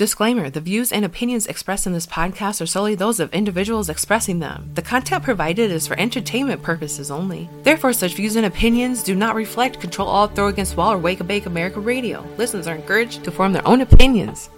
Disclaimer The views and opinions expressed in this podcast are solely those of individuals expressing them. The content provided is for entertainment purposes only. Therefore, such views and opinions do not reflect Control All Throw Against Wall or Wake a Bake America Radio. Listeners are encouraged to form their own opinions.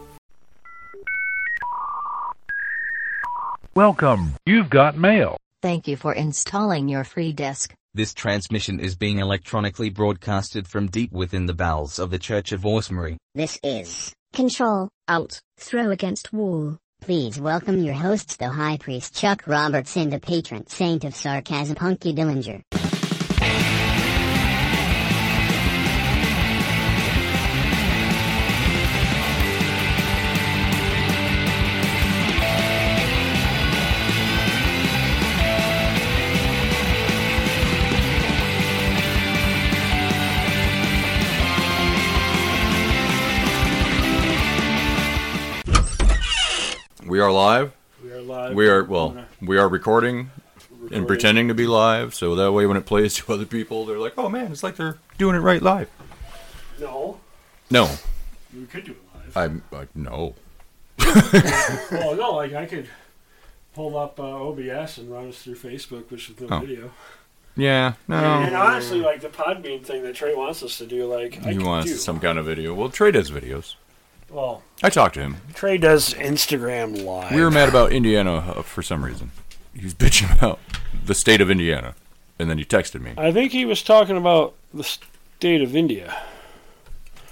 Welcome. You've got mail. Thank you for installing your free disk. This transmission is being electronically broadcasted from deep within the bowels of the Church of Orsemery. This is Control Alt Throw Against Wall. Please welcome your hosts, the High Priest Chuck Roberts and the patron saint of sarcasm, Hunky Dillinger. We are live. We are live. Uh, We are well. We are recording and Recording. pretending to be live, so that way when it plays to other people, they're like, "Oh man, it's like they're doing it right live." No, No, we could do it live. I'm like, no. well, no, like I could pull up uh, OBS and run us through Facebook, which is no Oh. video. Yeah, And no. honestly, like the Podbean thing that Trey wants us to do, like I He could wants do. some kind of video. Well, Trey does videos. Well, I talked to him. Trey does Instagram live. We were mad about Indiana uh, for some reason. He was bitching about the state of Indiana, and then he texted me. I think he was talking about the state of India.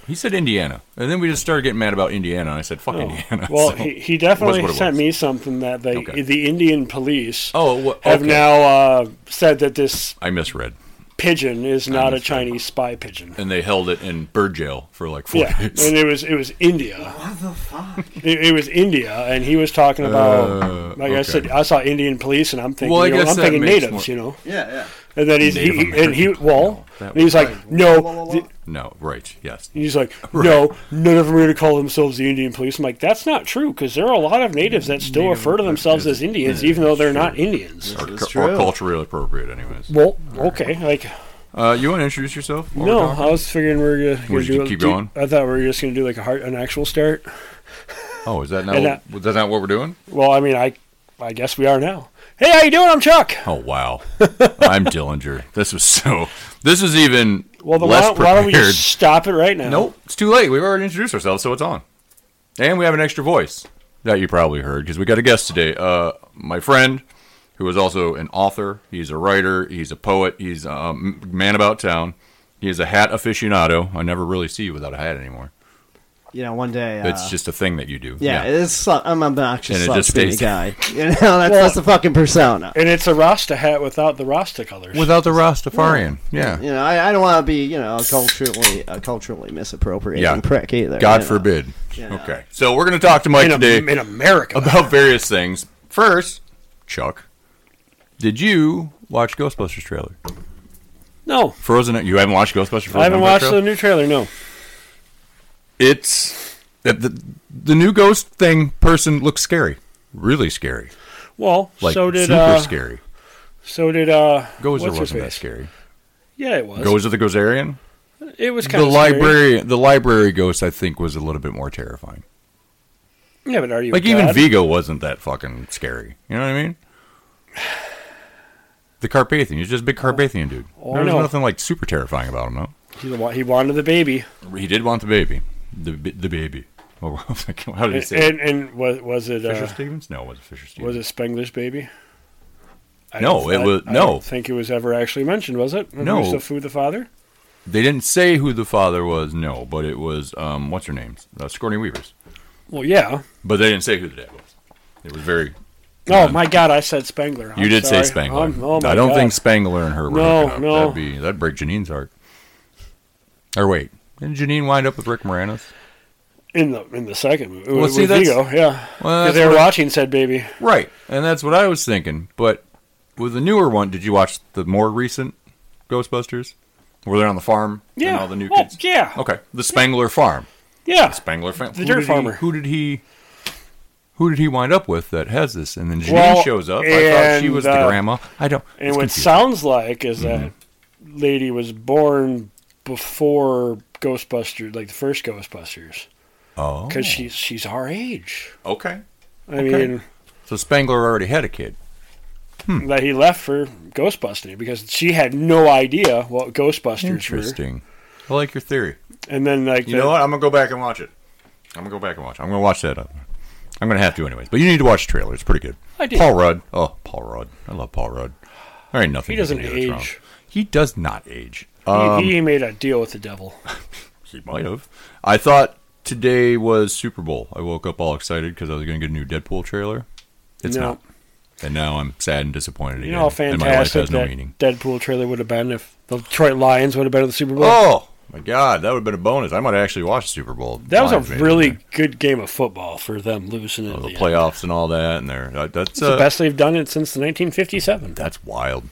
He said Indiana, and then we just started getting mad about Indiana. And I said, "Fuck No. Indiana." Oh. Well, So- he, he was definitely what it sent was. me something that they Okay. the Indian police Oh, wha- have okay. now uh, said that this I misread. pigeon is not a that's right. Chinese spy pigeon. and they held it in bird jail for like four Yeah, days. and it was it was India. What the fuck? It, it was India, and he was talking about. Uh, like I okay. said, I saw Indian police, and I'm thinking, Well, I you know, guess I'm that thinking makes natives, more- you know. Yeah, yeah. And then he's he, Native he- and he American. well, No, that and was- he's like, no, the- No, right? Yes. he's like, no, none of them are going to call themselves the Indian police. I'm like, that's not true because there are a lot of natives that still refer to themselves as Indians, even though they're not Indians. Or, is cu- true. or culturally appropriate, anyways. Well, okay, like Uh, you want to introduce yourself? while no, we're talking? I was figuring we we're gonna, Would gonna you do, keep do- going? I thought we were just gonna do like a heart, an actual start. Oh, is that not? And, uh, is that not what we're doing? Well, I mean, I, I guess we are now. Hey, how you doing? I'm Chuck. Oh wow! I'm Dillinger. This was so. This is even Well, then why, less don't- why prepared. don't we just stop it right now? Nope, it's too late. We've already introduced ourselves, so it's on. And we have an extra voice that you probably heard because we got a guest today. Uh, my friend, who is also an author, he's a writer, he's a poet, he's a um, man about town. He is a hat aficionado. I never really see you without a hat anymore. You know, one day. Uh, it's just a thing that you do. yeah, it is. Sl- I'm an obnoxious And it slut just speedy stays- guy. You know, that's, that's the fucking persona. And it's a Rasta hat without the Rasta colors. without the Rastafarian. Yeah, You know, I, I don't want to be you know a culturally a culturally misappropriating Yeah. prick either. God you know. forbid. Yeah. Okay, so we're gonna talk to Mike in, a, today. in America. about various things. First, Chuck, did you watch Ghostbusters trailer? no, Frozen? You haven't watched Ghostbusters? Frozen I haven't Empire watched trailer? the new trailer. No, It's the, the the new ghost thing person looks scary, really scary, well, like so did super uh, scary. so did uh, Gozer what's her wasn't that face? scary. Yeah, it was. Gozer the Gozerian, it was the kind of library, the library ghost, I think was a little bit more terrifying. Yeah, but are you Like a even god? Vigo wasn't that fucking scary. You know what I mean? The Carpathian, he's just a big Carpathian dude. Oh, I There's know. nothing like super terrifying about him, though. He, wa- he wanted the baby, He did want the baby. The b- the baby. Oh, how did he and say and, it? and was was it Fisher uh, Stevens? No, it wasn't Fisher Stevens. was it Spengler's baby? I No, don't- it I- was- I no. don't think it was ever actually mentioned, was it? No. Who's the food the father? They didn't say who the father was, no, but it was, um, what's her name? Uh, Sigourney Weaver's. Well, yeah. But they didn't say who the dad was. It was very. Oh Yeah. my God! I said Spengler. I'm you did sorry. say Spangler. I'm- oh my I don't God. think Spangler and her were No, hooking up. no. That'd, be, that'd break Janine's heart. Or wait. Didn't Janine wind up with Rick Moranis? in the in the second movie. Well, with see, that's- Vigo, yeah. Well, Because that's they were what I- watching said baby. Right. And that's what I was thinking. But with the newer one, did you watch the more recent Ghostbusters? Where they're on the farm and Yeah. all the new Well, kids? Oh, yeah. Okay. The Spangler farm. Yeah. Spangler farm. The dirt did he- farmer. who did he who did he wind up with that has this? And then Janine Well, shows up. I thought she and, was uh, the grandma. I don't And it's what it confusing. sounds like is that Mm-hmm. lady was born before Ghostbusters, like the first Ghostbusters. Oh. because she's she's our age. Okay. I Okay. mean, So Spangler already had a kid. Hmm. that he left for Ghostbusting because she had no idea what Ghostbusters were. Interesting. I like your theory. And then like You the- know what? I'm gonna go back and watch it. I'm gonna go back and watch. It. I'm gonna watch that. Up. I'm gonna have to anyways. But you need to watch the trailer. It's pretty good. I did. Paul Rudd. Oh, Paul Rudd. I love Paul Rudd. There ain't nothing. He you doesn't can do that's wrong. age. He does not age. Um, he, he made a deal with the devil. He might have. I thought today was Super Bowl. I woke up all excited because I was going to get a new Deadpool trailer. It's No. not. And now I'm sad and disappointed You again. know how and my life fantastic has no that meaning. Deadpool trailer would have been if the Detroit Lions would have been at the Super Bowl. Oh my god, that would have been a bonus. I might have actually watched Super Bowl. that was live, a maybe. really good game of football for them losing it. Oh, at the end. playoffs and all that, and there. that- That's It's the uh, best they've done it since 1957. That's wild.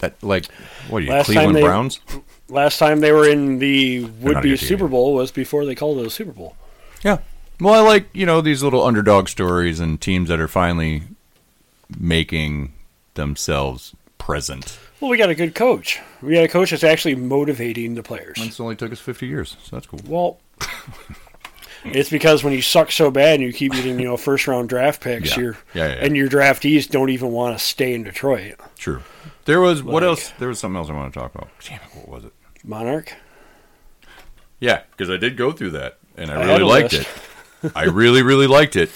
That like what are you Last time Cleveland they- Browns? Last time they were in the not would a be good team. Super Bowl was before they called it a Super Bowl. Yeah. Well, I like you know these little underdog stories and teams that are finally making themselves present. Well, we got a good coach. We got a coach that's actually motivating the players. It's only took us fifty years, so that's cool. Well, it's because when you suck so bad and you keep getting you know first round draft picks, Yeah. your Yeah, yeah, yeah. and your draftees don't even want to stay in Detroit. True. There was what Like- else? There was something else I want to talk about. Damn it! What was it? Monarch. Yeah, because I did go through that, and I, I had really a liked list. it. I really, really liked it.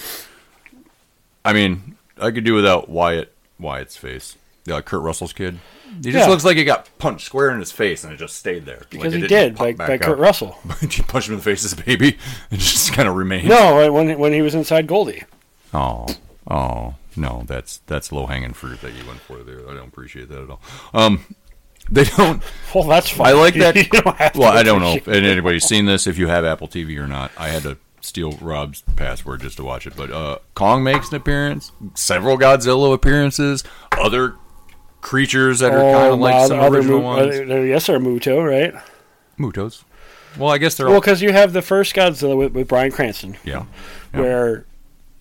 I mean, I could do without Wyatt Wyatt's face. Yeah, Kurt Russell's kid. He just Yeah. looks like he got punched square in his face, and it just stayed there Like, Because he it didn't did pop by, back by up. Kurt Russell. he punched him in the face as a baby, and just kind of remained. No, when when he was inside Goldie. Oh, oh no, that's that's low hanging fruit that you went for there. I don't appreciate that at all. Um, they don't. Well, that's fine. I like that. you don't have well, to I don't know if appreciate- anybody's seen this. If you have Apple TV or not, I had to steal Rob's password just to watch it. But uh, Kong makes an appearance, several Godzilla appearances, other creatures that are kind Oh, of like no, some other uh, original Mu- ones. other- yes, sir, Muto, right? Mutos. Well, I guess they're Well, all. because you have the first Godzilla with, with Brian Cranston, Yeah. where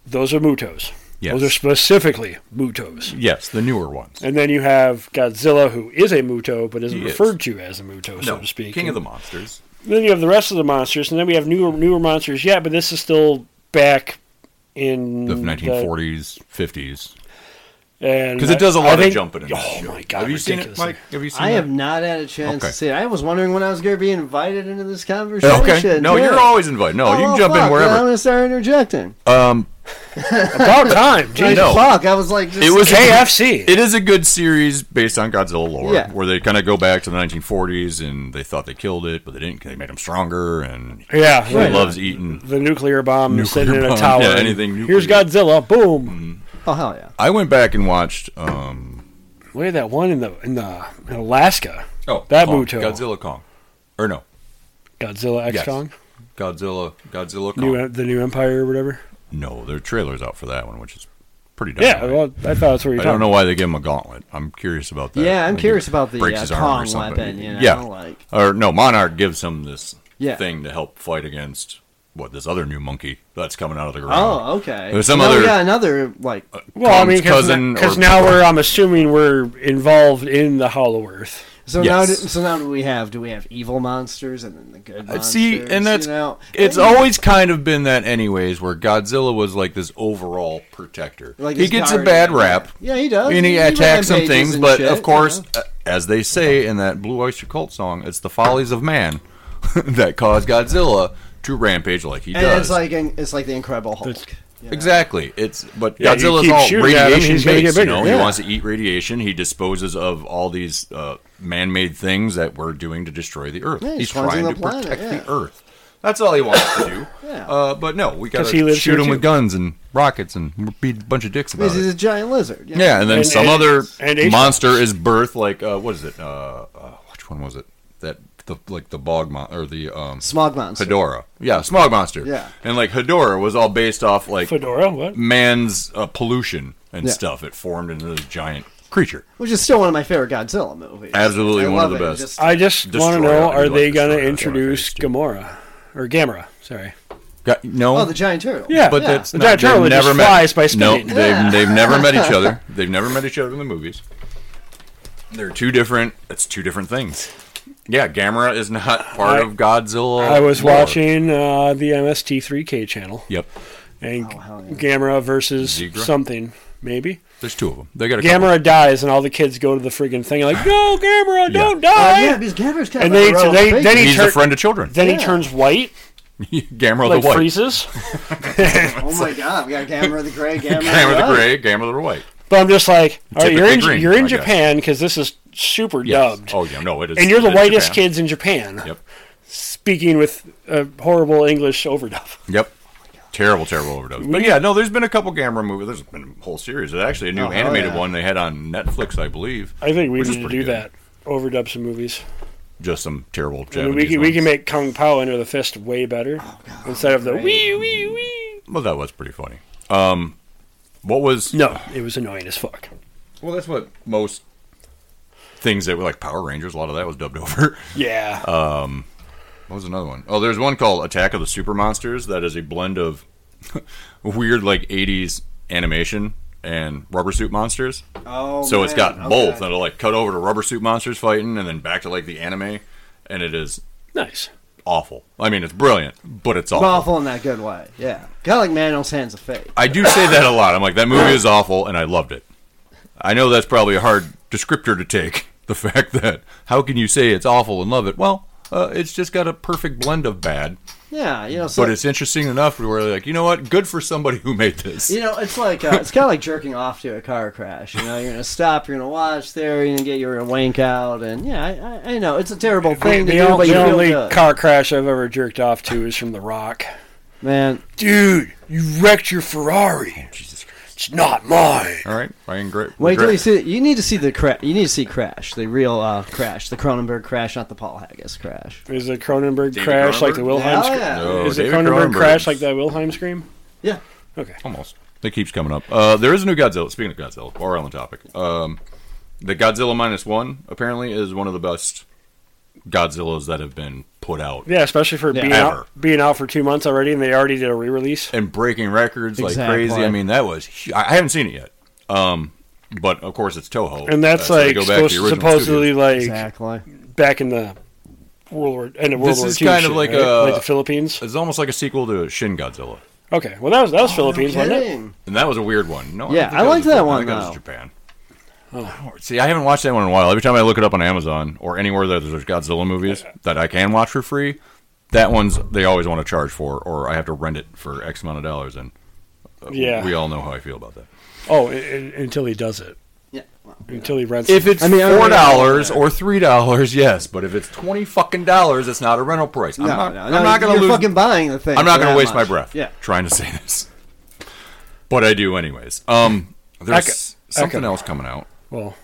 those are Mutos. Yes. Those are specifically Mutos. Yes, the newer ones. And then you have Godzilla, who is a Muto, but isn't He is. referred to as a Muto, so to speak. King of the Monsters. Then you have the rest of the monsters, and then we have newer newer monsters. Yeah, but this is still back in The 1940s, 50s. and Because it does a I- I lot of think- jumping in Oh that show. my god! Have you seen it, ridiculously. Mike? Have you seen I that? have not had a chance Okay. to see it. I was wondering when I was going to be invited into this conversation. Okay. No, Yeah. you're always invited. No, Oh, you well, can jump fuck, in then I'm wherever. going to start interjecting. Um, About time. Jeez. Like, know. Fuck, I was like, just, it was KFC. It is a good series based on Godzilla lore, Yeah. where they kind of go back to the 1940s and they thought they killed it, but they didn't. 'cause They made him stronger, and yeah, he right. loves eating. the nuclear bomb Nuclear sitting in a bomb. tower. Yeah, and anything Here's nuclear. Godzilla. Boom. oh hell yeah. I went back and watched. Um, Wait, that one in the in the in Alaska. oh, That Kong, Muto. Godzilla Kong, or no, Godzilla X Yes. Kong, Godzilla Godzilla Kong. new the new Empire or whatever. no, there are trailers out for that one, which is pretty. Dumb, Yeah, well, I thought that's where you're I talking. don't know why they give him a gauntlet. I'm curious about that. Yeah, I'm Like, curious he about the breaks uh, his arm or Kong something. weapon. You know, Yeah. like or no, Monarch gives him this Yeah. thing to help fight against what this other new monkey that's coming out of the ground. oh okay. There's some no, other- yeah another like Well, I Kong's mean, because cousin or- now we're I'm assuming we're involved in the Hollow Earth. so Yes. now do, so now do we have do we have evil monsters and then the good Uh, monsters? See, and that's you know? it's And- always kind of been that anyways, where Godzilla was like this overall protector. Like he his gets a guardian. bad rap. Yeah, he does. And he, He attacks some rampages things, and but shit, of course, you uh, as they say in that Blue Oyster Cult song, it's the follies of man that cause Godzilla to rampage like he and does. it's like an, it's like the Incredible Hulk. That's- you know? Exactly. It's but Yeah, you Godzilla's keep all shooting at him, radiation he's gonna based. get You know, bigger. he Yeah. wants to eat radiation. He disposes of all these uh, man-made things that we're doing to destroy the Earth. Yeah, he's he's cleansing trying to the planet, protect the yeah. Earth. That's all he wants to do. Yeah. uh, but no, we gotta 'Cause he lives shoot here, him with too. guns and rockets and beat a bunch of dicks about Because he's it. a giant lizard. you know? Yeah, and then And- some and- other and Asian- monster is birthed. Like uh, what is it? Uh, uh, which one was it? That the like the bog mon- or the um, smog monster. Hedorah. Yeah, smog monster. Yeah. and like Hedorah was all based off like Fedora, what? man's uh, pollution and Yeah. stuff. It formed into this giant creature. which is still one of my favorite Godzilla movies. Absolutely I one of love the it. best. Just- I just want to Destroyer, know: I Are do like they going Destroyer, to I introduce like Gamora or Gamera? Sorry. Got, no, oh, the giant turtle. Yeah, but yeah. that's The not, giant they've turtle that never just met. flies by no, spinning. they've they've never met each other. They've never met each other in the movies. They're two different. It's two different things. Yeah, Gamera is not part I- of Godzilla. I was lore. watching uh, the MST3K channel Yep, and Oh, hell yeah. Gamera versus Zegra? something, maybe. there's two of them. They got a couple. Gamera dies, and all the kids go to the friggin' thing like, "No, Yeah. Gamera, don't Uh, die!" yeah, because Gamera's kind And of they- like a they- then rogue figure. he- He's turn- a friend of children. Then Yeah. he turns white, Gamera like the white, freezes. oh my god, we got Gamera the Gray, Gamera, Gamera the White. gray, Gamera the white. But I'm just like, all right, you're in Typically green, you're in I guess. Japan because this is super Yes. dubbed, Oh yeah, no, it is. and you're the it is whitest Japan. kids in Japan. Yep. Speaking with a horrible English overdub. Yep. Terrible, terrible overdose. But yeah, no, there's been a couple Gamera movies. There's been a whole series. There's actually a new Oh, hell animated yeah. one they had on Netflix, I believe. I think we which is need to pretty do good. that. Overdub some movies. Just some terrible I Japanese. mean, we can we ones. can make Kung Pao Enter the Fist way better Oh, instead of the wee wee wee. Well, that was pretty funny. Um, what was? No, it was annoying as fuck. Well, that's what most things that were like Power Rangers. A lot of that was dubbed over. Yeah, Uh, What was another one? Oh, there's one called Attack of the Super Monsters that is a blend of weird like 80s animation and rubber suit monsters. Oh, so it's got man, both okay. that'll like cut over to rubber suit monsters fighting and then back to like the anime and it is nice. awful. I mean, it's brilliant, but it's awful. Awful in that good way, yeah. Kind of like Manuel's Hands of Fate. I do say that a lot. I'm like that movie is awful and I loved it. I know that's probably a hard descriptor to take. The fact that how can you say it's awful and love it? Well, uh, it's just got a perfect blend of bad Yeah, you know, so, but it's interesting enough where they're like, you know what? Good for somebody who made this. You know, it's like uh, it's kind of like jerking off to a car crash. You know, you're gonna stop, you're gonna watch there, you're gonna get your wank out, and yeah, I- I, I know it's a terrible thing to The, do, only, but you the feel only good. car crash I've ever jerked off to is from The Rock. man. Dude, you wrecked your Ferrari. Oh, Jesus Christ. It's not mine. All right, Ryan Great. Wait till you see. You need to see the cra- You need to see Crash, the real uh, Crash, the Cronenberg Crash, not the Paul Haggis Crash. Is the Cronenberg David crash like the Cronenberg? Wilhelm Hell scream? yeah. No, is the David Cronenberg Cronenberg's- crash like the Wilhelm scream? Yeah, Okay. Almost. It keeps coming up. Uh, there is a new Godzilla. Speaking of Godzilla, or on topic, um, the Godzilla minus one apparently is one of the best Godzillas that have been put out Yeah, especially for Yeah. being Ever. out being out for two months already, and they already did a re-release. and breaking records like Exactly. crazy. I mean, that was. hu- I I haven't seen it yet, um, but of course it's Toho, And that's so they like go back to the supposed- original supposedly studio. like exactly. back in the World War end of World This War is II kind of shit, like right? a- uh, like the Philippines. It's almost like a sequel to Shin Godzilla, Okay, well that was that was Philippines, wasn't it? Oh, Kidding. and that was a weird one. No, I Yeah, don't think I was liked a- that I one, think That though. was Japan. I don't- See, I haven't watched that one in a while. Every time I look it up on Amazon or anywhere that there's Godzilla movies that I can watch for free, that one's they always want to charge for, or I have to rent it for X amount of dollars, and uh, Yeah. we all know how I feel about that. Oh, i- i- until he does it, Yeah. well, until he rents. If it. it's I mean, I four don't dollars or three dollars, yes, but if it's twenty fucking dollars, it's not a rental price. I'm no, not, no, I'm no, not gonna you're lose. fucking buying the thing. I'm not for going to that waste my much. breath. Yeah. trying to say this, but I do anyways. Um, there's Echo- something Echo. else coming out. well,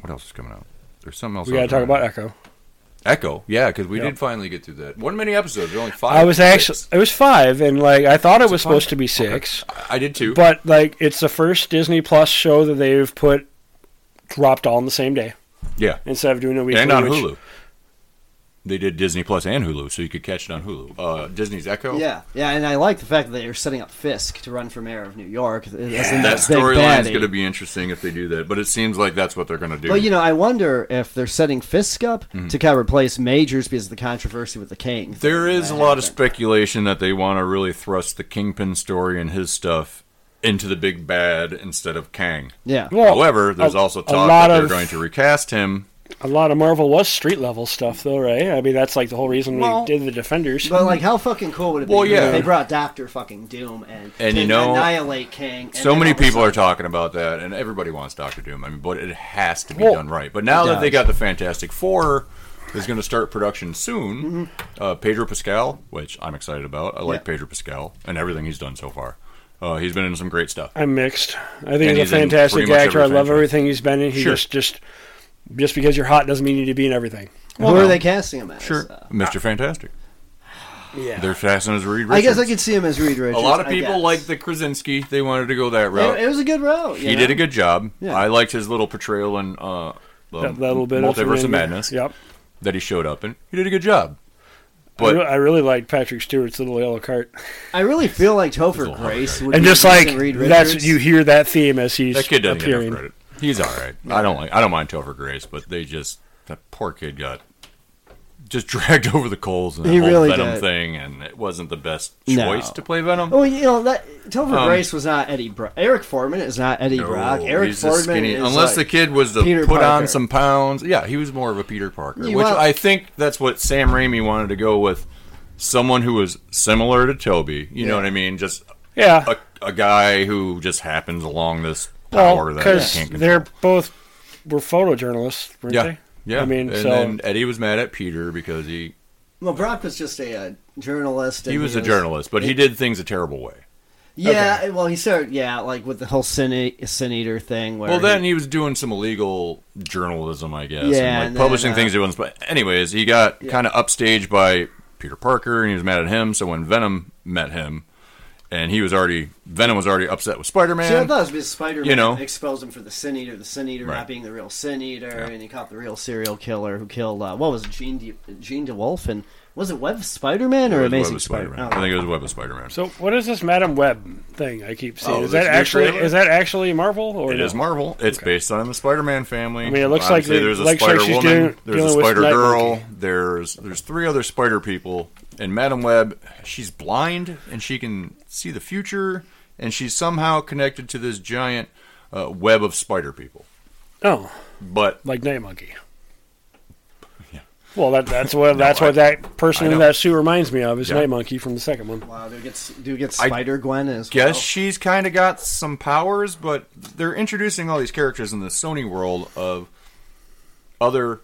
What else is coming out? There's something else. we gotta else talk coming about out. Echo. Echo. Yeah, because we Yep. did finally get through that. One many episodes. There were only five. I was or actually six. it was five, and like I thought it it was supposed five? to be six, I did too. but like it's the first Disney Plus show that they've put dropped all in the same day yeah, instead of doing a weekly. and on which- Hulu. They did Disney Plus and Hulu, so you could catch it on Hulu. Uh, Disney's Echo. Yeah, yeah, and I like the fact that they're setting up Fisk to run for mayor of New York. as in That big storyline's baddie. going to be interesting if they do that, but it seems like that's what they're going to do. Well, you know, I wonder if they're setting Fisk up to kind of replace Majors because of the controversy with the King. Mm-hmm. There thing is a that lot of happened. speculation that they want to really thrust the Kingpin story and his stuff into the big bad instead of Kang. Yeah. Well, However, there's a- also a talk lot that they're of- going to recast him. A lot of Marvel was street level stuff, though, right? I mean, that's like the whole reason Well- we did the Defenders. But like, how fucking cool would it be? Well, if yeah. They brought Doctor Fucking Doom and And, to you know, annihilate King. and So then many all of a people are sudden- talking about that, and everybody wants Doctor Doom. I mean, but it has to be Well, done right. But now that they does. got the Fantastic Four, is going to start production soon. Uh, Pedro Pascal, which I'm excited about. I like Mm-hmm. Yeah. Pedro Pascal and everything he's done so far. Uh, he's been in some great stuff. I'm mixed. I think And he's he's a in fantastic pretty much actor. I every love franchise. everything he's been in. He Sure. just just just because you're hot doesn't mean you need to be in everything. Who Well, are they casting him as? Sure, Uh, Mr. Fantastic. Yeah. They're casting as Reed Richards. I guess I could see him as Reed Richards. A lot of I people guess. like the Krasinski. They wanted to go that route. It, it was a good route. you he know? did a good job. Yeah. I liked his little portrayal in uh, the that little bit of Multiverse of, Fernando. Madness Yep. that he showed up in. He did a good job. I, But re- I really liked Patrick Stewart's little yellow cart, I really feel like Topher It's a lot of Grace would and be just decent like Reed that's Richards. you hear that theme as he's that kid doesn't get appearing. enough credit. He's all right. I don't like. I don't mind Topher Grace, but they just that poor kid got just dragged over the coals and that He whole really Venom did. thing, and it wasn't the best No. Oh, choice to play Venom. Well, you know that Topher Um, Grace was not Eddie Brock. Eric Foreman is not Eddie No, Brock. Eric he's the Foreman skinny- is unless the like- kid was the Peter put on Parker. some pounds. Yeah, he was more of a Peter Parker, You which want- I think that's what Sam Raimi wanted to go with. Someone who was similar to Toby. You know Yeah. what I mean? Just Yeah. a, a guy who just happens along this power Well, that I because can't control. they're both were photojournalists, weren't yeah, they? yeah. I mean, and so then Eddie was mad at Peter because he Well, Brock was just a, uh journalist. and he was a journalist, but he did things a terrible way. Yeah, well, he started. Yeah, like with the whole sin, e- sin eater thing. Where Well, then he, he was doing some illegal journalism, I guess, Yeah, and, like and then, publishing uh, things. It was, but anyways, he got kind of upstaged by Peter Parker, and he was mad at him. So when Venom met him, and he was already Venom was already upset with Spider See, I Man. thought it was because Spider-Man you know. exposed him for the sin eater, the sin eater Right. not being the real sin eater, and he caught the real serial killer who killed uh, what was it, Gene De, Gene DeWolf and was it Web of Spider-Man or Amazing Spider-Man? I think it was Web of Spider Man. So what is this Madam Web thing I keep seeing? Oh, is that this new actually trailer? is that actually Marvel or It no? is Marvel. It's based on the Spider-Man family. I mean, it looks like Obviously, they- there's a looks like she's Spider-Woman. dealing- there's a dealing with Spider-Girl. Nightwing. There's there's three other Spider people, and Madam Web. She's blind and she can see the future, and she's somehow connected to this giant uh, web of Spider people. Oh, But like Night Monkey. Well, that, that's what that's I- what that person I in know. that suit reminds me of is Yeah. Night Monkey from the second one. Wow, do we get do we get I Spider Gwen as guess well? she's kind of got some powers, but they're introducing all these characters in the Sony world of other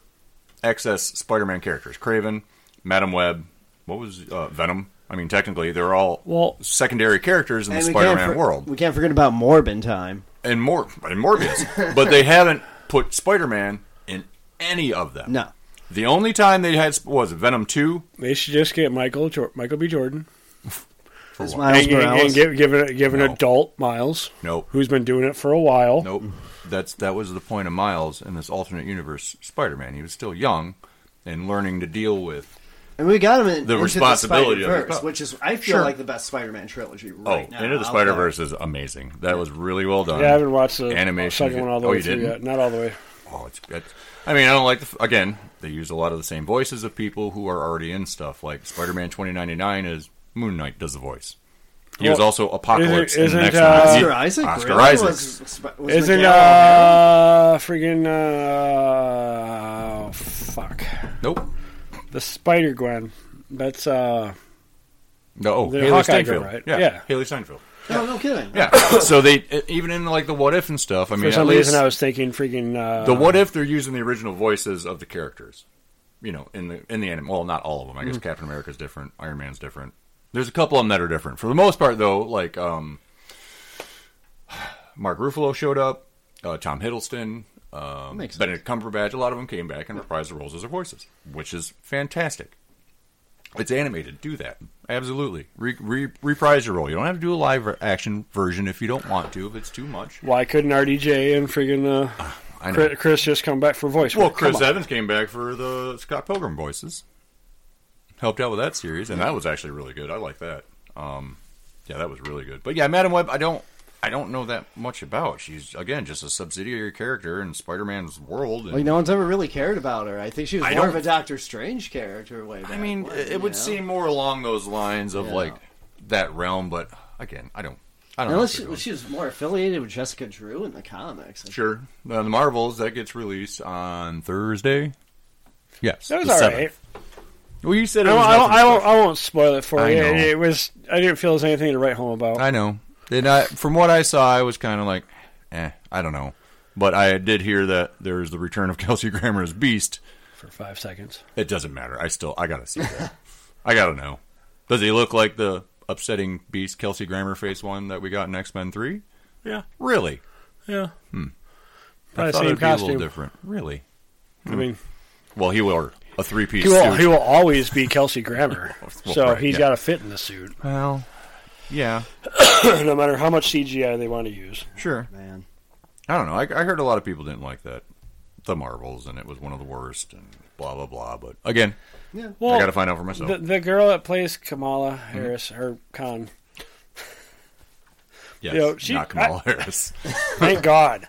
excess Spider-Man characters: Craven, Madam Web, what was uh, Venom? I mean, technically, they're all Well- secondary characters in the And we Spider-Man can't for- world, We can't forget about Morbin time. and more and Morbius, but they haven't put Spider-Man in any of them. No. The only time they had sp- was Venom Two. They should just get Michael Jor- Michael B. Jordan It's and, Miles and- and Morales. give give, it, give an No. adult Miles Nope. who's been doing it for a while. Nope. That's that was the point of Miles in this alternate universe Spider-Man. He was still young and learning to deal with. and we got him in, the into responsibility the of it. Spider-Verse, which is I feel Sure. like the best Spider-Man trilogy right oh, now. Into the out Spider Verse is amazing. That was really well done. Yeah, I haven't watched the Animation. second one all the Oh, way you through didn't? yet. Not all the way. Oh, it's good. I mean, I don't like the f- again. They use a lot of the same voices of people who are already in stuff. Like Spider Man twenty ninety nine is Moon Knight does the voice. He was Well, also Apocalypse isn't- in the next isn't, one. uh, there. He- Oscar Isaac. Oscar really? Isaac. Was, was Isn't Miguel O'Hara? uh friggin' uh fuck nope. the Spider Gwen? That's uh No, oh, The Haley Hawkeye guy, Steinfeld. right? Yeah, Yeah. Haley Steinfeld. No, no kidding. Yeah. so they e, even in like the what if and stuff. I mean, for some at least reason I was thinking freaking uh, The what if they're using the original voices of the characters? You know, in the in the anime. Well, not all of them. I guess Mm-hmm. Captain America's different. Iron Man's different. There's a couple of them that are different. For the most part, though, like um, Mark Ruffalo showed up, uh, Tom Hiddleston, um, Makes sense. Benedict Cumberbatch. A lot of them came back and reprised the roles as their voices, which is fantastic. It's animated. Do that absolutely. Re- re- reprise your role. You don't have to do a live action version if you don't want to. If it's too much. why couldn't RDJ and friggin' uh, Ah, I know. Chris, Chris just come back for voice? Well, work? Come Chris on. Evans came back for the Scott Pilgrim voices. Helped out with that series, and that was actually really good. I like that. Um, yeah, that was really good. But yeah, Madam Web, I don't, I don't know that much about. She's again just a subsidiary character in Spider-Man's world. and- Like no one's ever really cared about her. I think she was I more of don't- a Doctor Strange character way back. I mean, when, it, you it would know? seem more along those lines of Yeah. like that realm. But again, I don't, I don't. know unless if she, they're she was more affiliated with Jessica Drew in the comics. doing- sure, now, the Marvels that gets released on Thursday. Yes, That was the all 7th. right. Well, you said I it was won't, I, won't, nothing I, won't, special. I won't spoil it for I you. know. It, was I didn't feel it was anything to write home about. I know. And I, from what I saw, I was kind of like, eh, I don't know. But I did hear that there's the return of Kelsey Grammer as Beast. for five seconds. It doesn't matter. I still, I gotta see that. I gotta know. Does he look like the upsetting Beast Kelsey Grammer face one that we got in X Men Three? Yeah, Really? yeah. I Probably Hmm. thought same it'd be a little costume. different. Really? I mean, Well, he wore a three piece he will, suit. he will always be Kelsey Grammer, Well, so right, he's yeah. got to fit in the suit, well, yeah, no matter how much CGI they want to use. sure. Man, I don't know. I, I heard a lot of people didn't like that, the Marvels, and it was one of the worst, and blah blah blah. But again, Well, I gotta find out Hmm. for myself. The, the girl that plays Kamala Harris, her con. Yes, You know, she- not Kamala Harris. Thank God.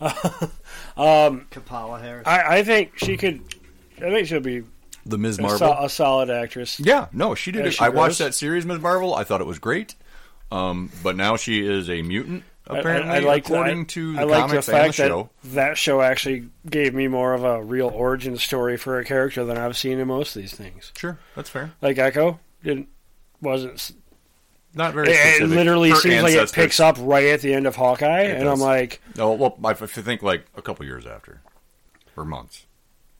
Kapala Harris. I, I think she could. I think she'll be the Ms. A, Marvel. so- a solid actress. Yeah, no, she did. Yeah, it. she I watched grows. that series, Ms. Marvel. I thought it was great, um, but now she is a mutant. Apparently, liked- according to the I liked comics the and the fact show. that that show actually gave me more of a real origin story for a character than I've seen in most of these things. sure, that's fair. Like Echo didn't wasn't. s- Not very. It, it specific. literally Her seems like it ancestors- picks up right at the end of Hawkeye, It and I'm does. like, No, well, I f- think like a couple years after, or months.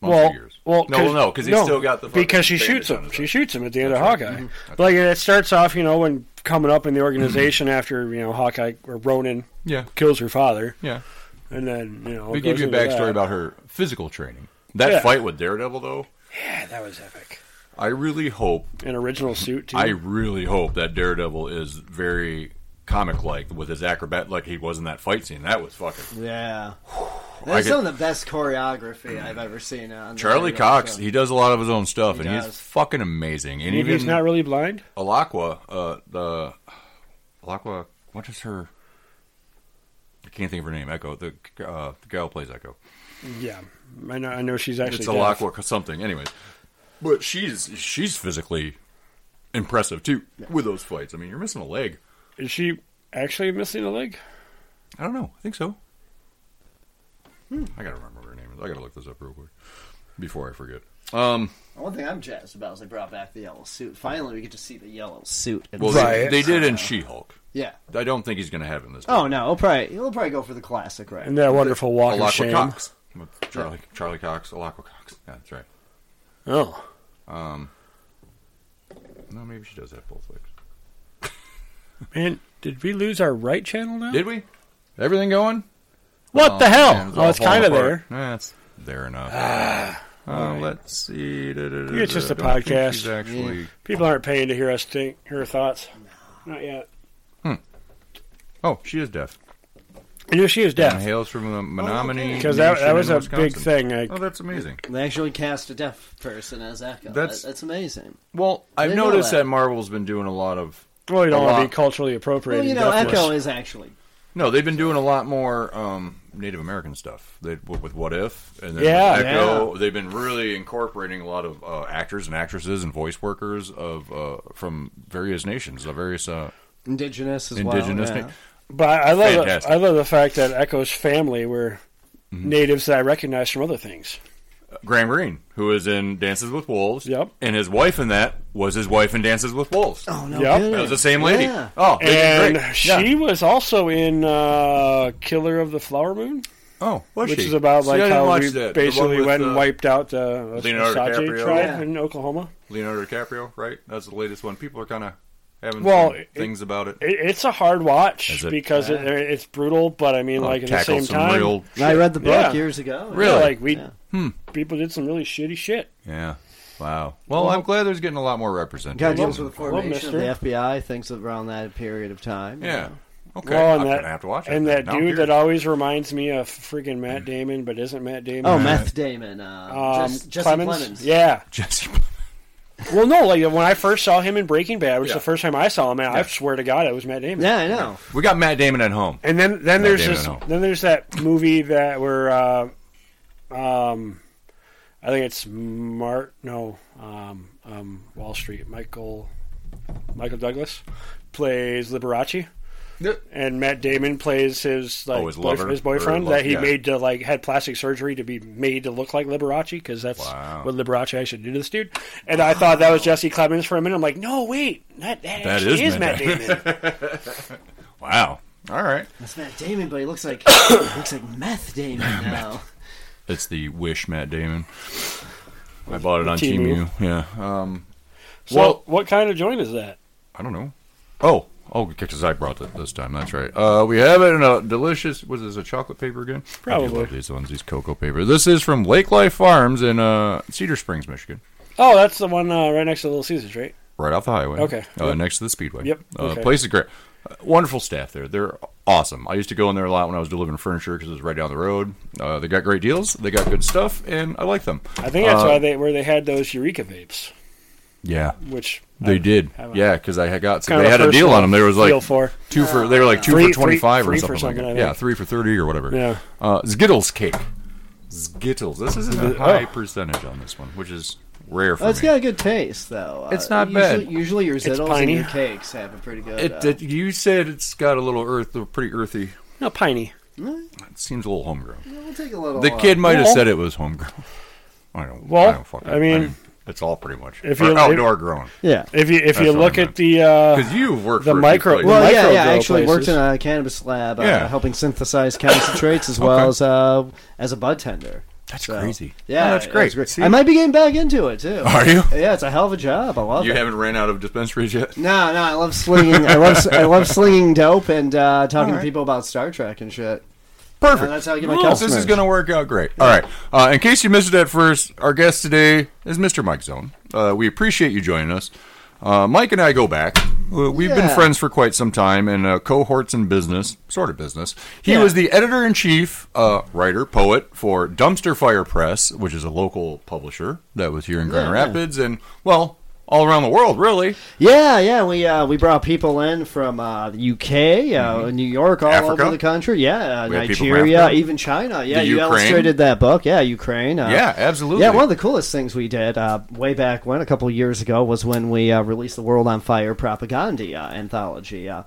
months well, or years. well, no, well, no, because he's still got the fucking because she bandage shoots on him. his She eye. shoots him at the end That's of right. Mm-hmm. Hawkeye. Mhm. Like it starts off, you know, when coming up in the organization after you know Hawkeye or Ronan Yeah, kills her father, yeah. and then you know We it gave goes you a into backstory that. about her physical training. That Yeah. fight with Daredevil, though, yeah, that was epic. I really hope An original suit too. I really hope that Daredevil is very comic like with his acrobat like he was in that fight scene. That was fucking Yeah. I That's could- some of the best choreography I've ever seen. On the Charlie Daredevil Cox, show. he does a lot of his own stuff He and he's does. fucking amazing. And And even he's not really blind. Alakwa, uh the Alakwa what is her I can't think of her name, Echo. The uh the gal who plays Echo. Yeah, I know. I know she's actually. it's deaf. Alakwa something, anyways. But she's she's physically impressive too with those fights. I mean you're missing a leg. Is she actually missing a leg? I don't know. I think so. I gotta remember what her name is. I gotta look this up real quick before I forget. Um, One thing I'm jazzed about is they brought back the yellow suit. Finally, we get to see the yellow suit. in well, the- they, Right. they did in She-Hulk. yeah. I don't think he's gonna have it in this. Oh no, he'll probably he'll probably go for the classic, right? And that wonderful walk of Alakwa shame. Cox. Charlie Charlie Cox. Alakwa Cox. Yeah, that's right. Um, Oh, No, maybe she does have both legs. man, did we lose our right channel now? Did we? Everything going? what the hell? Man, oh, all it's kind of falling there. apart. Yeah, it's there enough. Uh, Let's see. Yeah, it's just a I don't think podcast. she's Actually, People aren't paying to hear us think her thoughts. Not yet. oh, she is deaf. I knew she was And deaf hails from Oh, the Menominee because that, Nation that was in a big Wisconsin. thing. Like, Oh, that's amazing. They actually cast a deaf person as Echo. That's- That's that's amazing. Well, I've They know noticed that. that. Marvel's been doing a lot of. well, you a don't want to lot. be culturally Well, appropriating. you know, deafness. Echo is actually No, they've been doing a lot more um, Native American stuff. They with with What If and then Yeah. with Echo. They've been really incorporating a lot of uh, actors and actresses and voice workers of uh, from various nations, of various uh, indigenous as indigenous. well. na- yeah. But I I love the, Fantastic. Mm-hmm. I love the fact that Echo's family were natives that I recognized from other things. uh, Graham Greene, who is in Dances with Wolves. Yep. And his wife in that was his wife in Dances with Wolves. Oh no, Yep. kidding. That was the same lady. Yeah. Oh, they did And great. she Yeah. was also in uh, Killer of the Flower Moon, Oh, was which she? is about See, like I didn't how watch we that. The one basically with, went and uh, wiped out the uh, Leonardo Osage DiCaprio. tribe Yeah. in Oklahoma. Leonardo DiCaprio, right? That's the latest one. People are kind of having Well, some it- things about it. It, it's a hard watch Is it? because it, it's brutal, but I mean, Uh, like at the tackle same some time, real- I read the book Yeah. years ago. yeah, Really? like we Yeah. people did some really shitty shit. yeah. Wow. Well, I'm glad there's getting a lot more representation. Kind of deals with the formation mister. of the FBI, things around that period of time. you yeah. know. Okay. Well, and I'm that gonna have to watch it. and that Now I'm Hmm. dude that curious. always reminds me of freaking Matt Damon, but isn't Matt Damon? Oh, Meth Damon. Uh, um, Jess- Jesse Clemens? Clemens. Yeah. Jesse. Well, no, like when I first saw him in Breaking Bad, which is Yeah. the first time I saw him, man, Yeah. I swear to God, it was Matt Damon. Yeah, I know. We got Matt Damon at home. And then Matt then there's Damon, this no. then there's that movie that where uh, um I think it's Mart no um, um Wall Street Michael Michael Douglas plays Liberace. And Matt Damon plays his like Oh, his boyf- lover? his boyfriend Or love- that he yeah. made to like had plastic surgery to be made to look like Liberace because that's Wow. what Liberace actually did to this dude. And I thought that was Jesse Clemens for a minute. I'm like, no, wait, that that, actually is is, Matt Matt Damon. Wow. All right. That's Matt Damon, but he looks like he looks like Meth Damon now. It's the Wish Matt Damon. I bought it on Temu. Temu. Yeah. Um, so, Well- what kind of joint is that? I don't know. Oh, oh, because I brought it this time. That's right. Uh, we have it in a delicious. Was this a chocolate paper again? I do Probably. love these ones. These cocoa paper. This is from Lake Life Farms in uh, Cedar Springs, Michigan, Oh, that's the one uh, right next to Little Caesars, right? right off the highway. Okay. Uh, Yep. Next to the speedway. Yep. Uh, Okay. Place is great. Uh, Wonderful staff there. They're awesome. I used to go in there a lot when I was delivering furniture because it was right down the road. Uh, they got great deals. They got good stuff, and I like them. I think that's Uh, why they where they had those Eureka vapes, Yeah. which They I did, have a- yeah, because I had got Kind they of had a deal personal on them. There was feel like for. two for they were like two Three- for three- twenty five or three something, for something, I like that. think. Yeah, three for thirty or whatever. Yeah. uh, Skittles cake, Skittles. This isn't a Oh. high percentage on this one, which is rare for Well, it's me. got a good taste, though. It's Uh, not usually, bad. Usually, your zittles and piney. your cakes have a pretty good. It, uh, it- you said it's got a little earth, a pretty earthy. No, piney. It seems a little homegrown. we'll take a little. The uh, kid might have Well- said it was homegrown. I don't. I, Well, don't fucking, I mean- it's all pretty much If or you- outdoor grown. Yeah. If you if That's you what look I at meant. the uh, Because you've worked The for a few micro- places. well, Well, yeah, microgrow yeah. I actually places. worked in a cannabis lab, uh, Yeah. helping synthesize concentrates as well as uh, as a bud tender. that's So, crazy. Yeah, Oh, that's it great. was See? I might be getting back into it too. Are you? Yeah, it's a hell of a job. I love You it. haven't ran out of dispensaries yet. no, no, I love slinging. I love I love slinging dope and uh, talking to people about Star Trek and shit. Perfect. And that's how I get my Well, This customers. is going to work out great. All right. Uh, in case you missed it at first, our guest today is Mr. Mike Zone. Uh, we appreciate you joining us. Uh, Mike and I go back. Uh, We've been Yeah. friends for quite some time in uh, cohorts in business, sort of business. He Yeah. was the editor in chief, uh, writer, poet for Dumpster Fire Press, which is a local publisher that was here in Grand Yeah, yeah. Rapids and, well, all around the world, really. Yeah, yeah, we uh, we brought people in from uh, the UK, uh, New York, all Mm-hmm. Africa. over the country. Yeah, uh, We had people from Nigeria, Africa. even China. Yeah, The you Ukraine. illustrated that book. Yeah, Ukraine. Uh, yeah, absolutely. Yeah, one of the coolest things we did uh, way back when, a couple of years ago, was when we uh, released the World on Fire propaganda uh, anthology. Uh,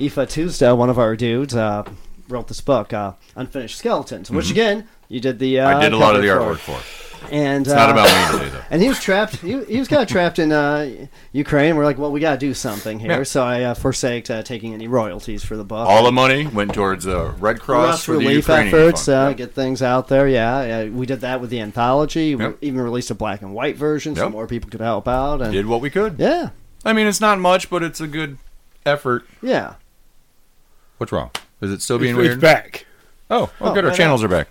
Aoife Tuesday, one of our dudes, uh, wrote this book, uh, Unfinished Skeletons, which again, you did the. Uh, Mm-hmm. I did a lot of the cover artwork for it. And, It's not uh, about me today, though. and he was trapped. He, he was kind of trapped in uh, Ukraine. We're like, well, we got to do something here. Yeah. So I uh, forsake uh, taking any royalties for the book. All the money went towards uh, Red Cross Cross for the relief Ukrainian efforts, fund. uh, get things out there. Yeah, uh, we did that with the anthology. We Yep. even released a black and white version, so Yep. more people could help out. And did what we could. yeah, I mean, it's not much, but it's a good effort. yeah. What's wrong? Is it still it's, being it's weird? back. Oh, oh, Oh, good. Our why not? channels are back.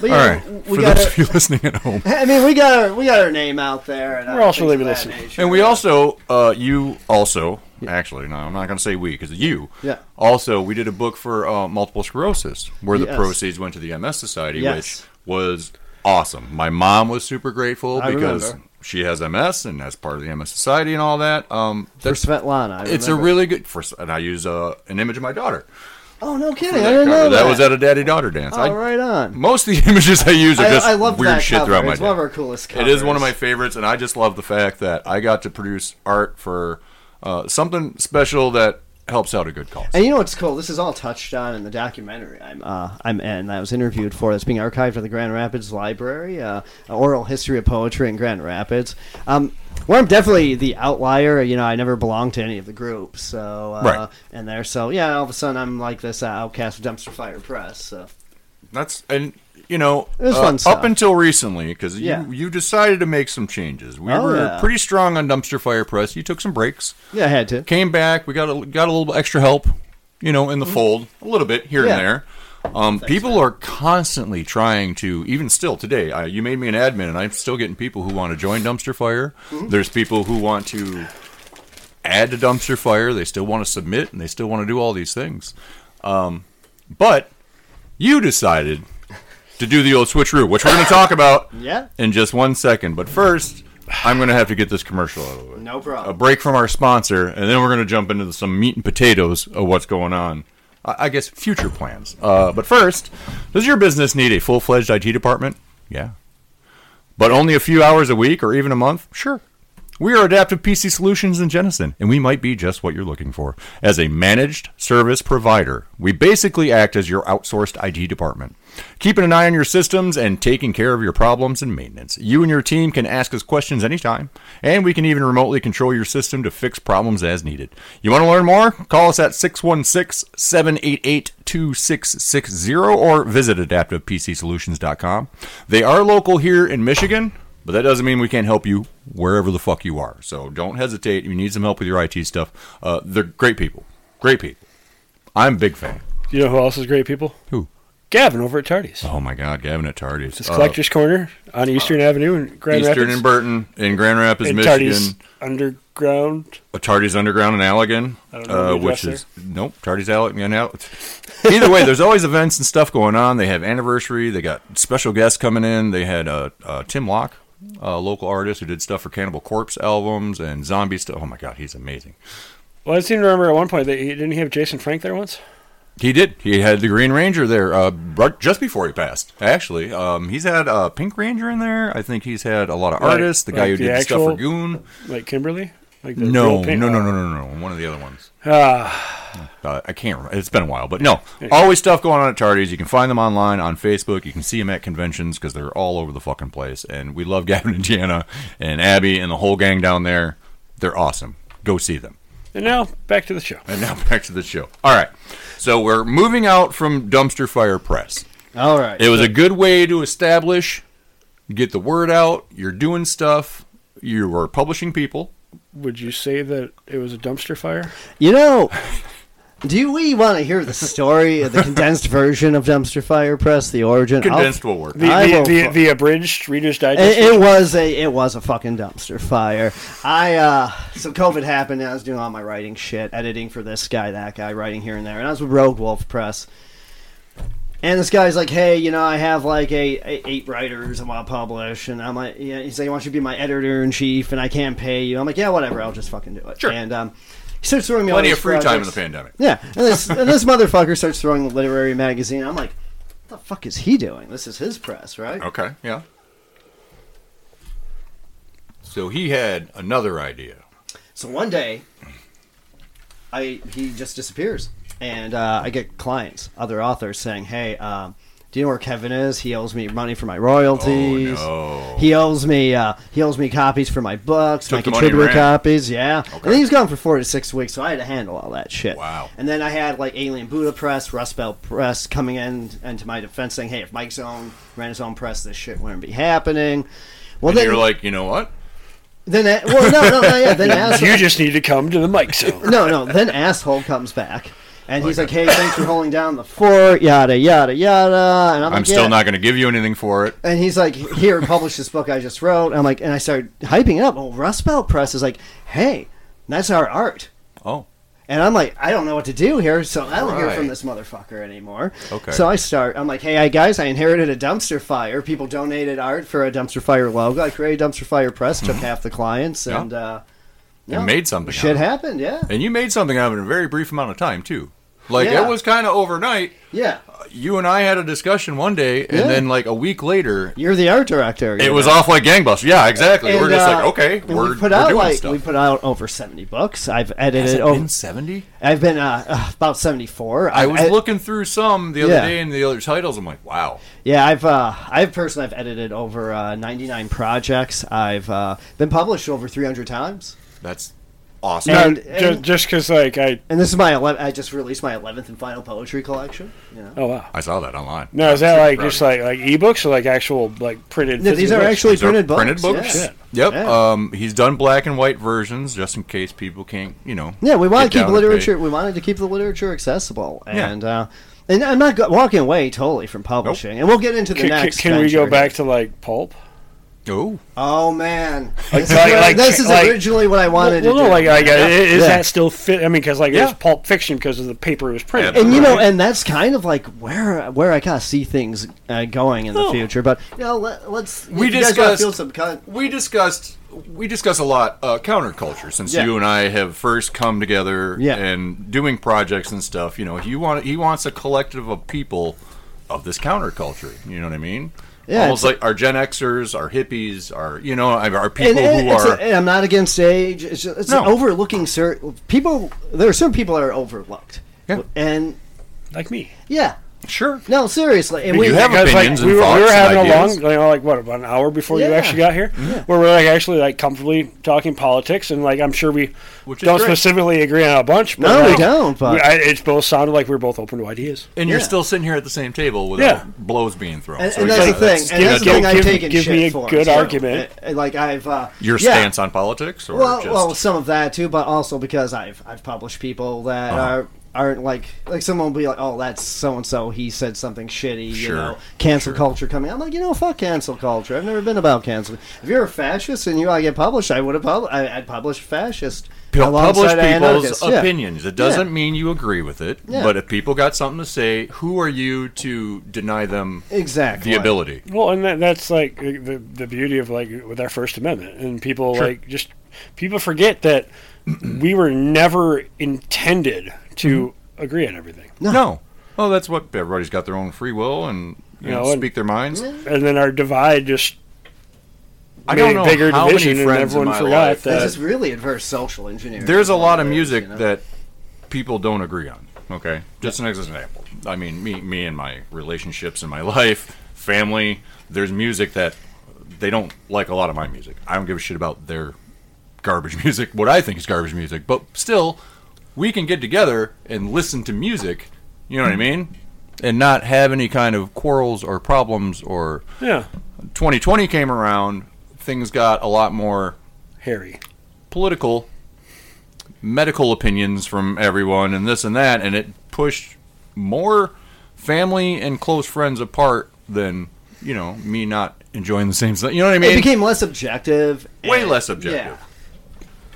But All yeah, right. we For got. those Our, of you listening at home, I mean, we got our, we got our name out there. And, uh, We're also things leaving of this that in. nature. and we also, uh, you also, actually, no, I'm not going to say we because you. Yeah. Also, we did a book for uh, multiple sclerosis where the Yes. proceeds went to the MS Society, Yes. which was awesome. My mom was super grateful I because remember. she has MS and that's part of the MS Society and all that. Um, for that's, Svetlana. I it's a remember. really good. First, and I use uh, an image of my daughter. Oh no, kidding! for I that didn't cover. know that. was at a daddy daughter dance. I, Oh, right on. Most of the images I use are I, just I love weird that shit cover. throughout my It's one of day. our coolest. It is one of my covers. favorites, and I just love the fact that I got to produce art for uh, something special that helps out a good cause. And you know what's cool? This is all touched on in the documentary I'm uh, I'm in. that I was interviewed for. That's being archived at the Grand Rapids Library, uh, Oral History of Poetry in Grand Rapids. Um, where I'm definitely the outlier. You know, I never belonged to any of the groups. So uh, Right. And there, so yeah, all of a sudden I'm like this uh, outcast of Dumpster Fire Press. So That's and you know It was uh, fun stuff. up until recently because Yeah. you you decided to make some changes. We Oh, were yeah. pretty strong on Dumpster Fire Press. You took some breaks, yeah, I had to. came back. We got a, got a little extra help, you know, in the fold a little bit here Yeah. and there. Um, people are constantly trying to, even still today. I, you made me an admin, and I'm still getting people who want to join Dumpster Fire. There's people who want to add to Dumpster Fire. They still want to submit, and they still want to do all these things. Um, but you decided to do the old switcheroo, which we're going to talk about Yeah. in just one second. But first, I'm going to have to get this commercial out of the way No a problem. break from our sponsor, and then we're going to jump into some meat and potatoes of what's going on. I I guess future plans. Uh, but first, does your business need a full fledged IT department? Yeah. But only a few hours a week or even a month? Sure. We are Adaptive PC Solutions in Jenison, and we might be just what you're looking for. As a managed service provider, we basically act as your outsourced IT department, keeping an eye on your systems and taking care of your problems and maintenance. You and your team can ask us questions anytime, and we can even remotely control your system to fix problems as needed. You want to learn more? Call us at 616 788 2660 or visit adaptivepcsolutions.com. They are local here in Michigan. But that doesn't mean we can't help you wherever the fuck you are. So don't hesitate. If you need some help with your IT stuff, uh, they're great people. Great people. I'm a big fan. You know who else is great people? Who? Gavin over at Tardy's. Oh my God, Gavin at Tardy's. It's Uh, Collector's Corner on Eastern Avenue in Grand Eastern Rapids. and Burton in Grand Rapids, and Michigan. Tardy's underground. a Tardy's Underground in Allegan, I don't know uh, the which address is nope. Tardy's Allegan. Either way, there's always events and stuff going on. They have anniversary. They got special guests coming in. They had uh, uh, Tim Locke, a local artist who did stuff for Cannibal Corpse albums and zombie stuff. Oh my God, he's amazing. Well, I seem to remember at one point that he didn't he have Jason Frank there once. He did. He had the Green Ranger there uh, right just before he passed. Actually, um, he's had uh, Pink Ranger in there. I think he's had a lot of Like- artists. The guy like who the did actual- stuff for Goon. Like Kimberly? Like the No, real pink- no, no, no, no, no, no. One of the other ones. Ah, Uh, I can't remember. It's been a while, but no. Always stuff going on at Tardy's. You can find them online on Facebook. You can see them at conventions because they're all over the fucking place. And we love Gavin and Jana and Abby and the whole gang down there. They're awesome. Go see them. and now back to the show. And now back to the show. All right. So we're moving out from Dumpster Fire Press. All right. It was a good way to establish, get the word out. You're doing stuff. You were publishing people. Would you say that it was a dumpster fire? You know, do we want to hear the story of the condensed version of Dumpster Fire Press, the origin? I'll- Condensed will work. The I the, will the, fu- the abridged Reader's Digest. It, it was a it was a fucking dumpster fire. I uh so COVID happened and I was doing all my writing shit, editing for this guy, that guy, writing here and there, and I was with Rogue Wolf Press. And this guy's like, hey, you know, I have like a, a- eight writers I want to publish, and I'm like, yeah, he's like, I want you to be my editor in chief, and I can't pay you. I'm like, yeah, whatever, I'll just fucking do it. Sure. And um, he starts throwing me all Plenty these of free time in the projects. pandemic. Yeah, and this and this motherfucker starts throwing the literary magazine. I'm like, what the fuck is he doing? This is his press, right? Okay. Yeah. So he had another idea. So one day, I he just disappears, and uh, I get clients, other authors saying, "Hey, um, do you know where Kevin is? He owes me money for my royalties. Oh, no. He owes me uh, he owes me copies for my books, Took my the money and contributor ran. copies. Yeah, and Okay. he was gone for four to six weeks, so I had to handle all that shit. Wow. And then I had like Alien Buddha Press, Rust Belt Press coming in and to my defense saying, "Hey, if Mike's own ran his own press, this shit wouldn't be happening." Well, And then you're like, you know what? then a- well, no, no, no, yeah, then asshole, you just need to come to the mic zone. no, no. Then asshole comes back, and he's like, "Hey, thanks for holding down the fort, yada yada yada." And I'm I'm, like, still "Yeah." not going to give you anything for it. And he's like, "Here, publish this book I just wrote." I'm like, and I started hyping it up. Well, Rust Belt Press is like, "Hey, that's our art." Oh, And I'm like, I don't know what to do here, so I don't hear Right. from this motherfucker anymore. Okay. So I start. I'm like, hey, I, guys, I inherited a dumpster fire. People donated art for a dumpster fire logo. I created dumpster fire press, took half the clients, Mm-hmm. Yeah. and uh, and made something. out shit of it. happened. Yeah, And you made something out of it in a very brief amount of time too. Like Yeah. it was kind of overnight. yeah. You and I had a discussion one day, and Yeah. then like a week later, You're the art director. It you was know. off like gangbusters. Yeah, exactly. we're And, just uh, like, okay, and we're, we put we're out doing like stuff. we put out over seventy books. I've edited Has it over. been 70? I've been uh, uh, about seventy four. I was looking through some the other Yeah. day and the other titles. I'm like, wow. Yeah, I've uh, I've personally I've edited over uh, ninety nine projects. I've uh, been published over three hundred times. That's awesome. And- just just because, like, I. And this is my 11, I just released my eleventh and final poetry collection. You know, Oh, wow. I saw that online. No, is that Super like proud just of like like ebooks or like actual like printed? No, these physical are books? actually These are printed books. printed books? Yeah, Shit. you. Yep. Yeah. Um, he's done black and white versions just in case people can't, you know. Yeah, we want get to keep down and pay. literature. We wanted to keep the literature accessible, Yeah. and uh, and I'm not go- walking away totally from publishing. And we'll get into the Can, can, next. can we venture go here. back to like pulp? Oh, Oh man, this, like- is, where- like- this is like- originally what I wanted well, to no, do. like, like uh, is Yeah. that still fit? I mean, because like it was Yeah. pulp fiction because of the paper it was printed. Yeah. and you know, and that's kind of like where where I kind of see things uh, going in the future. But you know, let, let's We if you guys wanna discussed- feel some kind. we discussed we discuss a lot uh, counterculture since Yeah. you and I have first come together Yeah. and doing projects and stuff. You know, he want he wants a collective of people of this counterculture. You know what I mean? Yeah, almost it's- like our Gen Xers, our hippies, our you know, our our people And, and who it's are a- and I'm not against age. It's, just, it's No. an overlooking certain people. There are certain people that are overlooked. Yeah. And like me. yeah, sure. no, seriously. And But we, you have Because, opinions like, and we, were, we were thoughts and having a long, ideas. you know, like what about an hour before you Yeah. actually got here, where we're like actually like comfortably talking politics, and like I'm sure we Which is don't great. specifically agree on a bunch. But, No, we like, don't, but- we- I, it's both sounded like we were both open to ideas. And you're Yeah. still sitting here at the same table without Yeah. blows being thrown. And, So and yeah, that's the that's- thing. and that's the give- thing I've give- taken give shit me a for, good so, argument. uh, like I've uh, your yeah. stance on politics, or Well, just well, some of that too, but also because I've I've published people that Uh-huh. are aren't like like someone will be like, oh, that's so and so. He said something shitty. Sure. You know, cancel Sure. culture coming. I'm like, you know, fuck cancel culture. I've never been about cancel. If you're a fascist and you want to get published, I would have published. I'd publish fascist. publish alongside people's anarchists. Yeah. opinions. It doesn't mean you agree with it, Yeah. but if people got something to say, who are you to deny them Exactly. the ability? Well, and that, that's like the the beauty of like with our First Amendment, and people like just people forget that Mm-hmm. we were never intended to agree on everything. No. Well, that's what everybody's got their own free will and you You know, know, and- speak their minds. And then our divide just I made don't know a bigger how division, many and friends in everyone my forgot life. that. This is really adverse social engineering. There's a in lot of ways, music you know? that people don't agree on. Okay, just an example. I mean, me, me and my relationships in my life, family. There's music that they don't like. A lot of my music. I don't give a shit about their garbage music. What I think is garbage music, but still, we can get together and listen to music. You know what I mean? And not have any kind of quarrels or problems. Or yeah, 2020 came around, things got a lot more Harry. political medical opinions from everyone and this and that and it pushed more family and close friends apart than you know me not enjoying the same stuff you know what i mean it became less objective. way and- less objective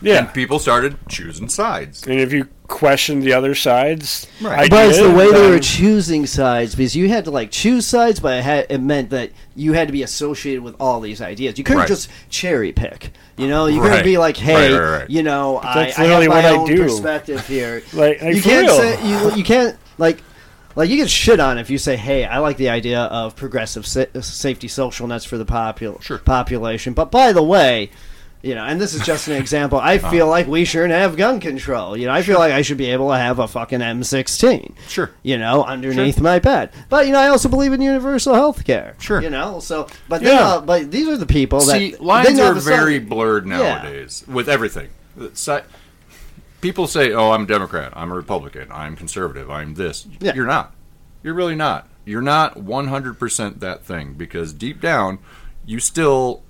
Yeah, and people started choosing sides and if you question the other sides, Right. But it's the ideas, way they were then- choosing sides because you had to like choose sides, but it, had, it meant that you had to be associated with all these ideas. You couldn't Right. just cherry pick. You know, you couldn't Right. be like, hey, Right, right, right. you know, I, I that's have literally my what I own do." perspective here. Like- like, you for can't real. say you, you can't like. Like you get shit on if you say, "Hey, I like the idea of progressive sa- safety social nets for the popul- Sure. population," but by the way, you know, and this is just an example. I Uh-huh. feel like we shouldn't have gun control. You know, I feel like I should be able to have a fucking M16. Sure. You know, underneath my bed. But you know, I also believe in universal health care. Sure. You know, so but they Yeah. all- but these are the people that see then lines all are of a sudden- very blurred Yeah. nowadays with everything Si- people say oh i'm democrat i'm a republican i'm conservative i'm this Yeah. you're not you're really not you're not 100% that thing because deep down you still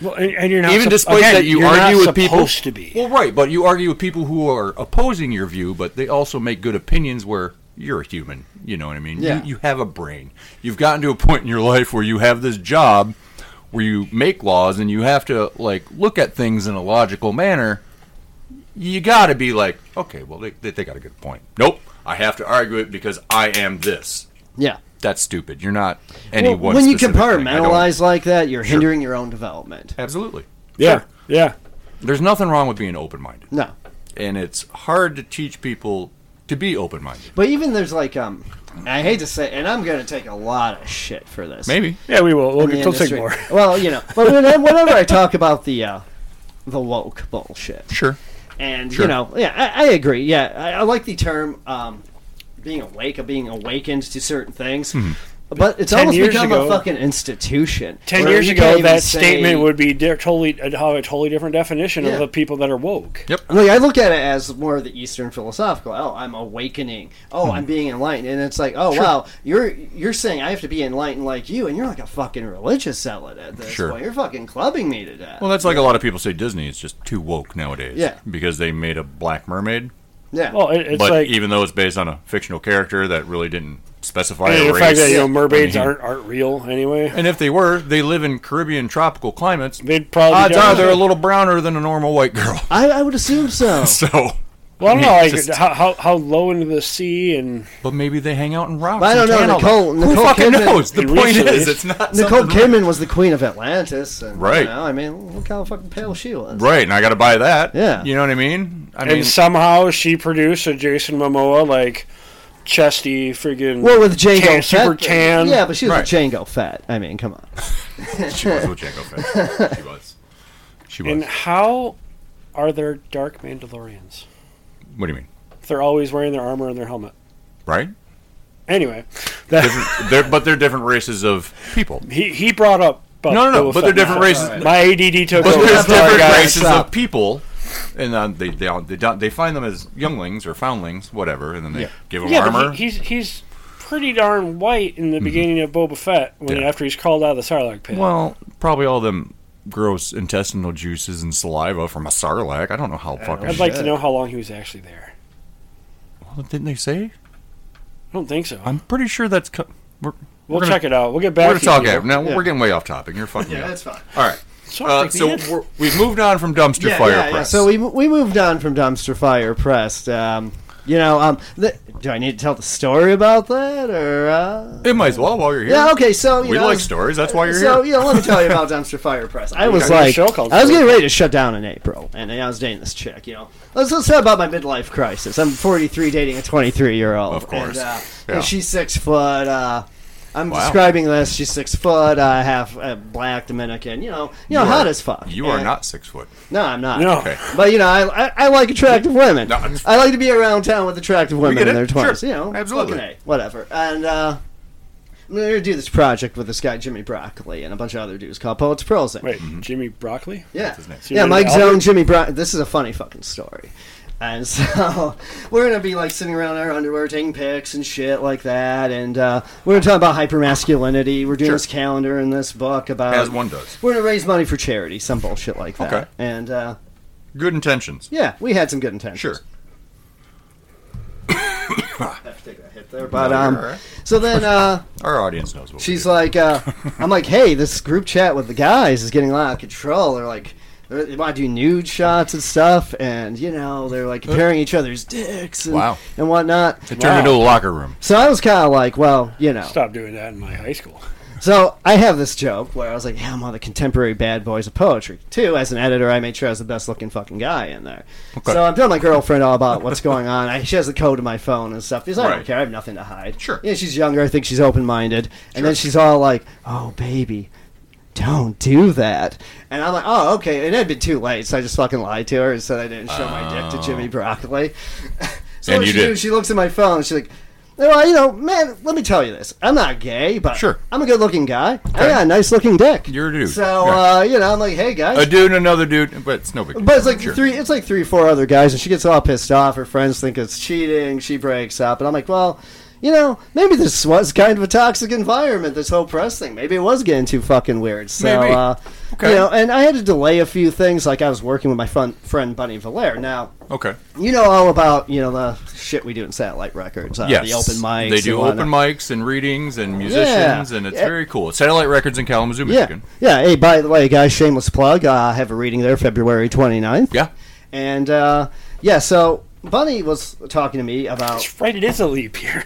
Well, and, and you're not even sup- despite again, that you you're argue not with people supposed to be. well right but you argue with people who are opposing your view but they also make good opinions where you're a human you know what i mean Yeah. you, you have a brain you've gotten to a point in your life where you have this job where you make laws and you have to like look at things in a logical manner you gotta be like okay well they, they, they got a good point nope i have to argue it because i am this Yeah. that's stupid you're not any Well, one when you specific thing. I don't- compartmentalize like that, you're hindering your own development. absolutely Yeah, Sure. yeah. there's nothing wrong with being open-minded No. and it's hard to teach people to be open minded. But even there's like um I hate to say and I'm gonna take a lot of shit for this. Maybe. Yeah, we will. We'll, in the we'll take industry. more. Well, you know, but when- whenever I talk about the uh, the woke bullshit, Sure. and Sure. you know, yeah, I, I agree. Yeah, I, I like the term um, being awake, of being awakened to certain things. But it's Hmm. Ten almost years become a ago- fucking institution. Ten where years you can't ago, even that say- statement would be di- totally uh, have a totally different definition Yeah. of the people that are woke. Yep. Like I look at it as more of the Eastern philosophical. Oh, I'm awakening. Oh, Hmm. I'm being enlightened, and it's like, oh wow, you're you're saying I have to be enlightened like you, and you're like a fucking religious zealot at this Sure. point. You're fucking clubbing me to death. Well, that's like a lot of people say Disney is just too woke nowadays. Yeah. Because they made a Black Mermaid, yeah. Well, it, it's but like even though it's based on a fictional character that really didn't specify and a the race, fact that you know mermaids I mean- aren't aren't real anyway. and if they were, they live in Caribbean tropical climates. They'd probably Odds don't- are they're a little browner than a normal white girl. I, I would assume so. So, Well, I don't know, like Just- how, how how low into the sea and but maybe they hang out in rocks. I don't in know, Canada. Nicole- Nicole Who fucking Kidman- knows? The And point recently- is, it's not Nicole something- Kidman was the queen of Atlantis, and, Right. You know, I mean, look how fucking pale she was. Right, and I got to buy that. Yeah. You know what I mean? I mean, and somehow she produced a Jason Momoa like chesty friggin' Well, with Django tan, Fett, super tan. Yeah, but she was Right. with Django Fett. I mean, come on. she was with Django Fett. She was. She was. And how are there dark Mandalorians? what do you mean? They're always wearing their armor and their helmet. Right? Anyway, that, they're, but they're different races of people. he he brought up. Boba No, no, no, but Fett. they're different races- My ADD took But over. there's that's all I different got. races Stop. of people, and um, they they all- they, don't- they find them as younglings or foundlings, whatever, and then they give them Yeah, armor. but he, he's he's pretty darn white in the beginning of Boba Fett when Mm-hmm. Yeah. after he's called out of the Sarlacc pit. well, probably all them gross intestinal juices and saliva from a sarlacc. I don't know how fucking. I'd like to know how long he was actually there. Well, didn't they say? I don't think so. I'm pretty sure that's. Co- we're we'll we're gonna- check it out. We'll get We're back. gonna to talk you. after. Now Yeah. we're getting way off topic. You're fucking. me up. fine. All right. Sorry, Uh, man. so we're, we've moved on from dumpster fire press. So we, we moved on from Dumpster Fire Press. Um, You know, um, th- do I need to tell the story about that or? Uh... It might as well while you're here. Yeah. Okay. So you We know, like s- stories, that's why you're so, here. you know, let me tell you about Dumpster Fire Press. I was got a like, show called I was Fire getting ready to shut down in April, and I was dating this chick. You know, let's let's talk about my midlife crisis. I'm 43, dating a 23 year old. Of course. And, uh, Yeah. and she's six foot. Uh, I'm Wow. describing this. She's six foot, uh, half uh, black Dominican. You know, you You know, are- hot as fuck. You are And- not six foot. No, I'm not. No. Okay. But you know, I, I, I like attractive women. No, I'm just- I like to be around town with attractive women get in it. their twenties. Sure. You know, Absolutely. fucking A, whatever. And uh, I'm gonna do this project with this guy Jimmy Broccoli and a bunch of other dudes called Poets Prosing. Wait, Mm-hmm. Jimmy Broccoli? Yeah. his name. Yeah, Jimmy Mike Albert? Zone, Jimmy Brown. This is a funny fucking story. And so we're going to be like sitting around in our underwear taking pics and shit like that. And uh, we're going to talk about hypermasculinity. We're doing Sure. this calendar and this book about. As one does. We're going to raise money for charity, some bullshit like that. Okay. And uh, Good intentions. yeah, we had some good intentions. Sure. have to take that hit there. But No, you're um, all right. so then uh, Our audience knows what she's we do. like, uh, I'm like, hey, this group chat with the guys is getting a lot of control. They're like, they're- they want to do nude shots and stuff, and you know, they're like comparing each other's dicks and, Wow. and whatnot. It turned Wow. into a locker room. So I was kind of like, well, you know. Stop doing that in my high school. So I have this joke where I was like, yeah, I'm one of the contemporary bad boys of poetry. Too, as an editor, I made sure I was the best looking fucking guy in there. So I'm telling my girlfriend all about what's going on. I, she has the code to my phone and stuff because I Right. don't care. I have nothing to hide. Sure. Yeah, she's younger. I think she's open minded. And then she's all like, oh, baby. Don't do that. And I'm like, oh, okay. And it had been too late, so I just fucking lied to her and said I didn't show my dick Oh. to Jimmy Broccoli. so And what you she did. do, She looks at my phone. And she's like, well, you know, man, let me tell you this. I'm not gay, but Sure. I'm a good looking guy. I got a nice looking dick. You're a dude. So Yeah. uh, you know, I'm like, hey guys. A dude and another dude, but it's no big deal. but it's like Sure. three it's like three, four other guys and she gets all pissed off, her friends think it's cheating, she breaks up, and I'm like, Well, you know, maybe this was kind of a toxic environment, this whole press thing. Maybe it was getting too fucking weird. So Maybe. uh Okay. you know, and I had to delay a few things, like I was working with my fun, friend Bunny Valere. Now Okay. you know all about you know the shit we do in satellite records, uh, Yes. the open mics. They do and whatnot. open mics and readings and musicians, and it's Yeah. very cool. It's Satellite Records in Kalamazoo, Yeah. Michigan. Yeah. Hey, by the way, guys, shameless plug. Uh, I have a reading there February 29th. Yeah. And, uh, yeah, so Bunny was talking to me about. Right, it is a leap year.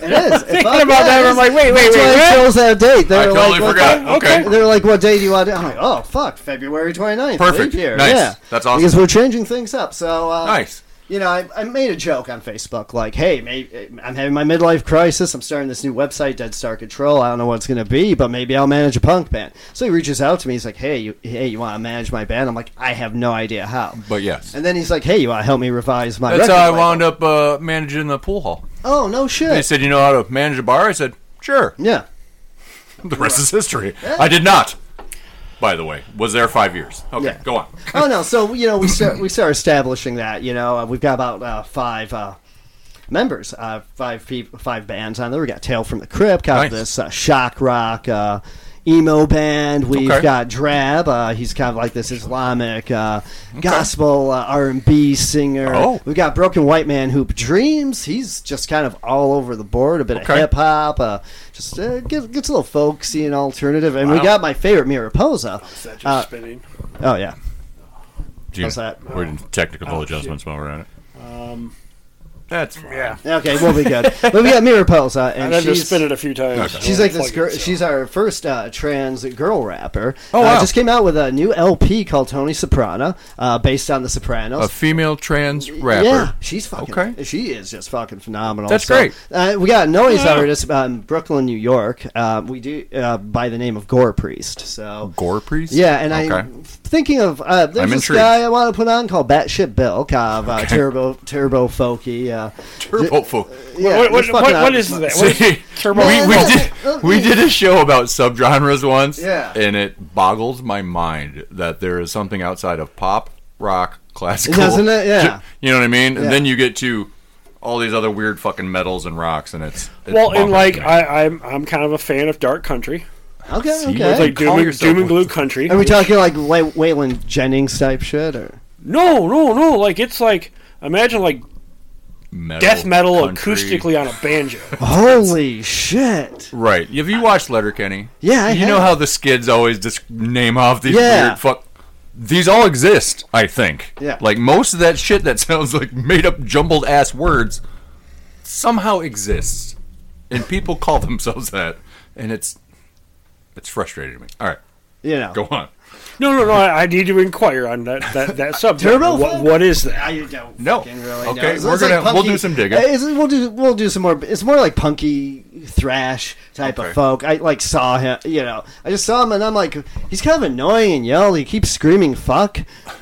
It is. Thinking about that, I'm like, wait, wait, that's wait, why I what? chose that date. They I were totally like, what- forgot. Okay. They were like, what day do you want to do? I'm like, oh, fuck, February 29th. Perfect. leap year. Nice. Yeah. That's awesome. Because we're changing things up. So, uh, Nice. You know, I, I made a joke on Facebook, like, "Hey, maybe I'm having my midlife crisis. I'm starting this new website, Dead Star Control. I don't know what it's going to be, but maybe I'll manage a punk band." So he reaches out to me. He's like, "Hey, you, hey, you want to manage my band?" I'm like, "I have no idea how." But yes. And then he's like, "Hey, you want to help me revise my?" That's record how I label?" wound up uh, managing the pool hall. Oh no shit! They said, "You know how to manage a bar?" I said, "Sure." yeah. The rest is history. I did not. By the way, was there five years? Okay, Yeah. go on. oh no! So you know, we start we start establishing that. You know, uh, we've got about uh, five uh, members, uh, five people, five bands on there. We got Tail from the Crypt, kind of Nice. this uh, shock rock. Uh, Emo band. We've Okay. got Drab. Uh, he's kind of like this Islamic uh, gospel uh, R and B singer. Oh. We've got Broken White Man Hoop Dreams. He's just kind of all over the board. A bit Okay. of hip hop. Uh, just uh, gets, gets a little folksy and alternative. And we Wow. got my favorite Miraposa. Is that just Uh, spinning? Oh yeah. Gina, How's that? Oh, We're doing technical adjustments while we're at it. Um, that's yeah. Okay, we'll be good. but we got Miraposa, I've and had to she's, spin it a few times. Okay. she's like this Plug it, girl. so. She's our first uh, trans girl rapper. Oh, Uh, wow. Just came out with a new LP called Tony Soprano, uh, based on The Sopranos. A female trans rapper. Yeah, she's fucking. Okay. She is just fucking phenomenal. That's So, great. Uh, we got a noise artist um, Brooklyn, New York. Uh, we do uh, by the name of Gore Priest. So Gore priest. yeah, and okay. I'm thinking of uh, there's I'm this intrigued. guy I want to put on called Batshit Bill, kind of uh, turbo turbo folky. Uh, turbo folk. yeah, what, what, just what, fucking what out- is that? What is See, turbo? we, we no, did no, we no. did a show about subgenres once, Yeah. and it boggles my mind that there is something outside of pop, rock, classical, Doesn't it? Yeah. you know what I mean. Yeah. And then you get to all these other weird fucking metals and rocks, and it's, it's well, and bonkers like to me. I, I'm, I'm kind of a fan of dark country. Okay, you okay. look Like Call doom and, yourself doom and what- gloom country. Are we talking like Way- Waylon Jennings type shit, or no, no, no. Like it's like imagine like metal, death metal country. acoustically on a banjo. holy shit? right? Have you watched Letterkenny? Yeah, I you know how the Skids always just name off these Yeah. weird fuck. these all exist, I think. Yeah. Like most of that shit that sounds like made up jumbled ass words somehow exists. And people call themselves that. And it's it's frustrating to me. All right. You know, Go on. No, no, no. I, I need to inquire on that that, that subject. Turbo what, fan? what is that? I don't No. fucking really Okay, know. It's- we're it's gonna- we'll do some digging. Uh, it's- we'll do we'll do some more. It's more like punky thrash type Okay. of folk. I like saw him. You know, I just saw him and I'm like, he's kind of annoying and yelled. He keeps screaming "fuck."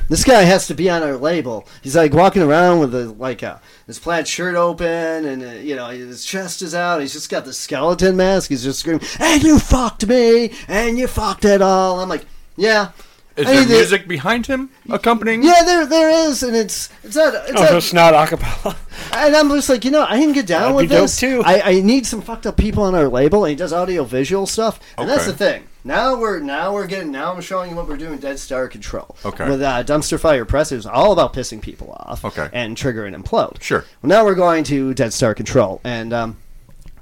This guy has to be on our label. He's like walking around with a, like a his plaid shirt open and uh, you know his chest is out. He's just got the skeleton mask. He's just screaming, "And you fucked me, and you fucked it all." I'm like, yeah. Is I there need to- music behind him accompanying? Yeah, there, there is, and it's it's not it's Oh, not, so it's not acapella. and I'm just like, you know, I didn't get down That'd with be dope, this. too. I, I need some fucked up people on our label, and he does audio visual stuff, and that's Okay. the thing. Now we're now we're getting now I'm showing you what we're doing. Dead Star Control. Okay. With uh, Dumpster Fire Press, it was all about pissing people off. Okay. And trigger and implode. Sure. Well, now we're going to Dead Star Control, and um,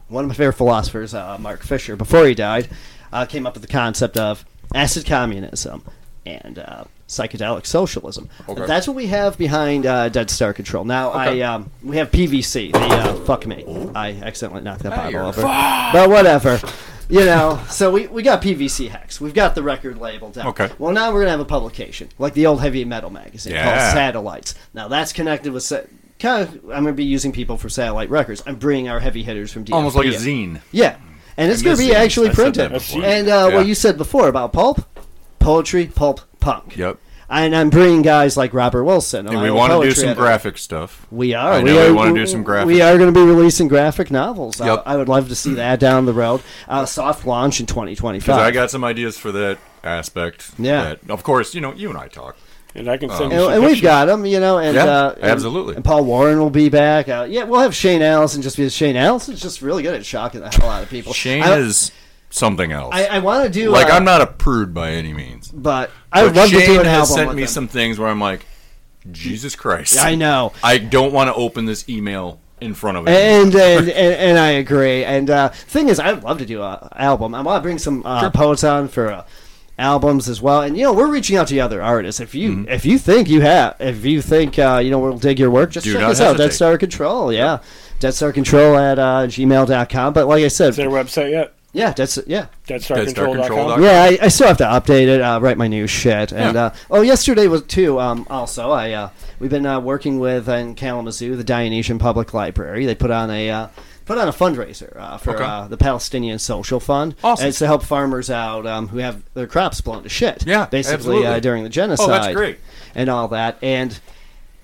one of my favorite philosophers, uh, Mark Fisher, before he died, uh, came up with the concept of acid communism and uh, psychedelic socialism. Okay. That's what we have behind uh, Dead Star Control. Now, Okay. I um, we have PVC. The uh, fuck me, I accidentally knocked that you're bottle over, but whatever. You know, so we, we got PVC Hex. We've got the record label down. Okay. Well, now we're going to have a publication, like the old heavy metal magazine Yeah. called Satellites. Now, that's connected with. Sa- kind of, I'm going to be using people for satellite records. I'm bringing our heavy hitters from DFP. Almost like a zine. Yeah, and it's I going to miss be zines. actually I said that printed. before. And uh, Yeah. what you said before about pulp, poetry, pulp, punk. Yep. And I'm bringing guys like Robert Wilson. And we Ohio want to do poetry some editor. graphic stuff. We are. I we know are, we want to do some graphic. We are going to be releasing graphic novels. Yep. I, I would love to see that down the road. Uh, soft launch in 2025. Because I got some ideas for that aspect. Yeah. that- of course, you know, you and I talk. And I can Oh. send. you and, some and we've pictures. got him, you know, and Yeah, uh, and- absolutely. And Paul Warren will be back. Uh, yeah, we'll have Shane Allison just because Shane Allison's just really good at shocking the hell out of people. Shane I, is something else. I, I want to do like, uh, I'm not a prude by any means. but I would But love Shane to do an has album. sent with me him. some things where I'm like, Jesus Christ. I know. I don't want to open this email in front of it. And and, and and I agree. And uh, thing is, I'd love to do a album. I want to bring some uh, poets on for uh, albums as well. And you know, we're reaching out to the other artists. If you if you think you have, if you think uh, you know we'll dig your work, just Do check not us out. hesitate. Dead Star Control, yeah, Dead Star Control at uh, gmail.com. But like I said, Is there a website yet? yeah, that's yeah. DeadStarControl.com. DeadStarControl.com. Yeah, I, I still have to update it, uh, write my new shit, and Yeah. uh, oh, yesterday was too. Um, also, I uh, we've been uh, working with uh, in Kalamazoo the Dionysian Public Library. They put on a uh, put on a fundraiser uh, for Okay. uh, the Palestinian Social Fund. Awesome. And it's to help farmers out um, who have their crops blown to shit. Yeah, basically absolutely. Oh, uh, during the genocide. great. and all that, and.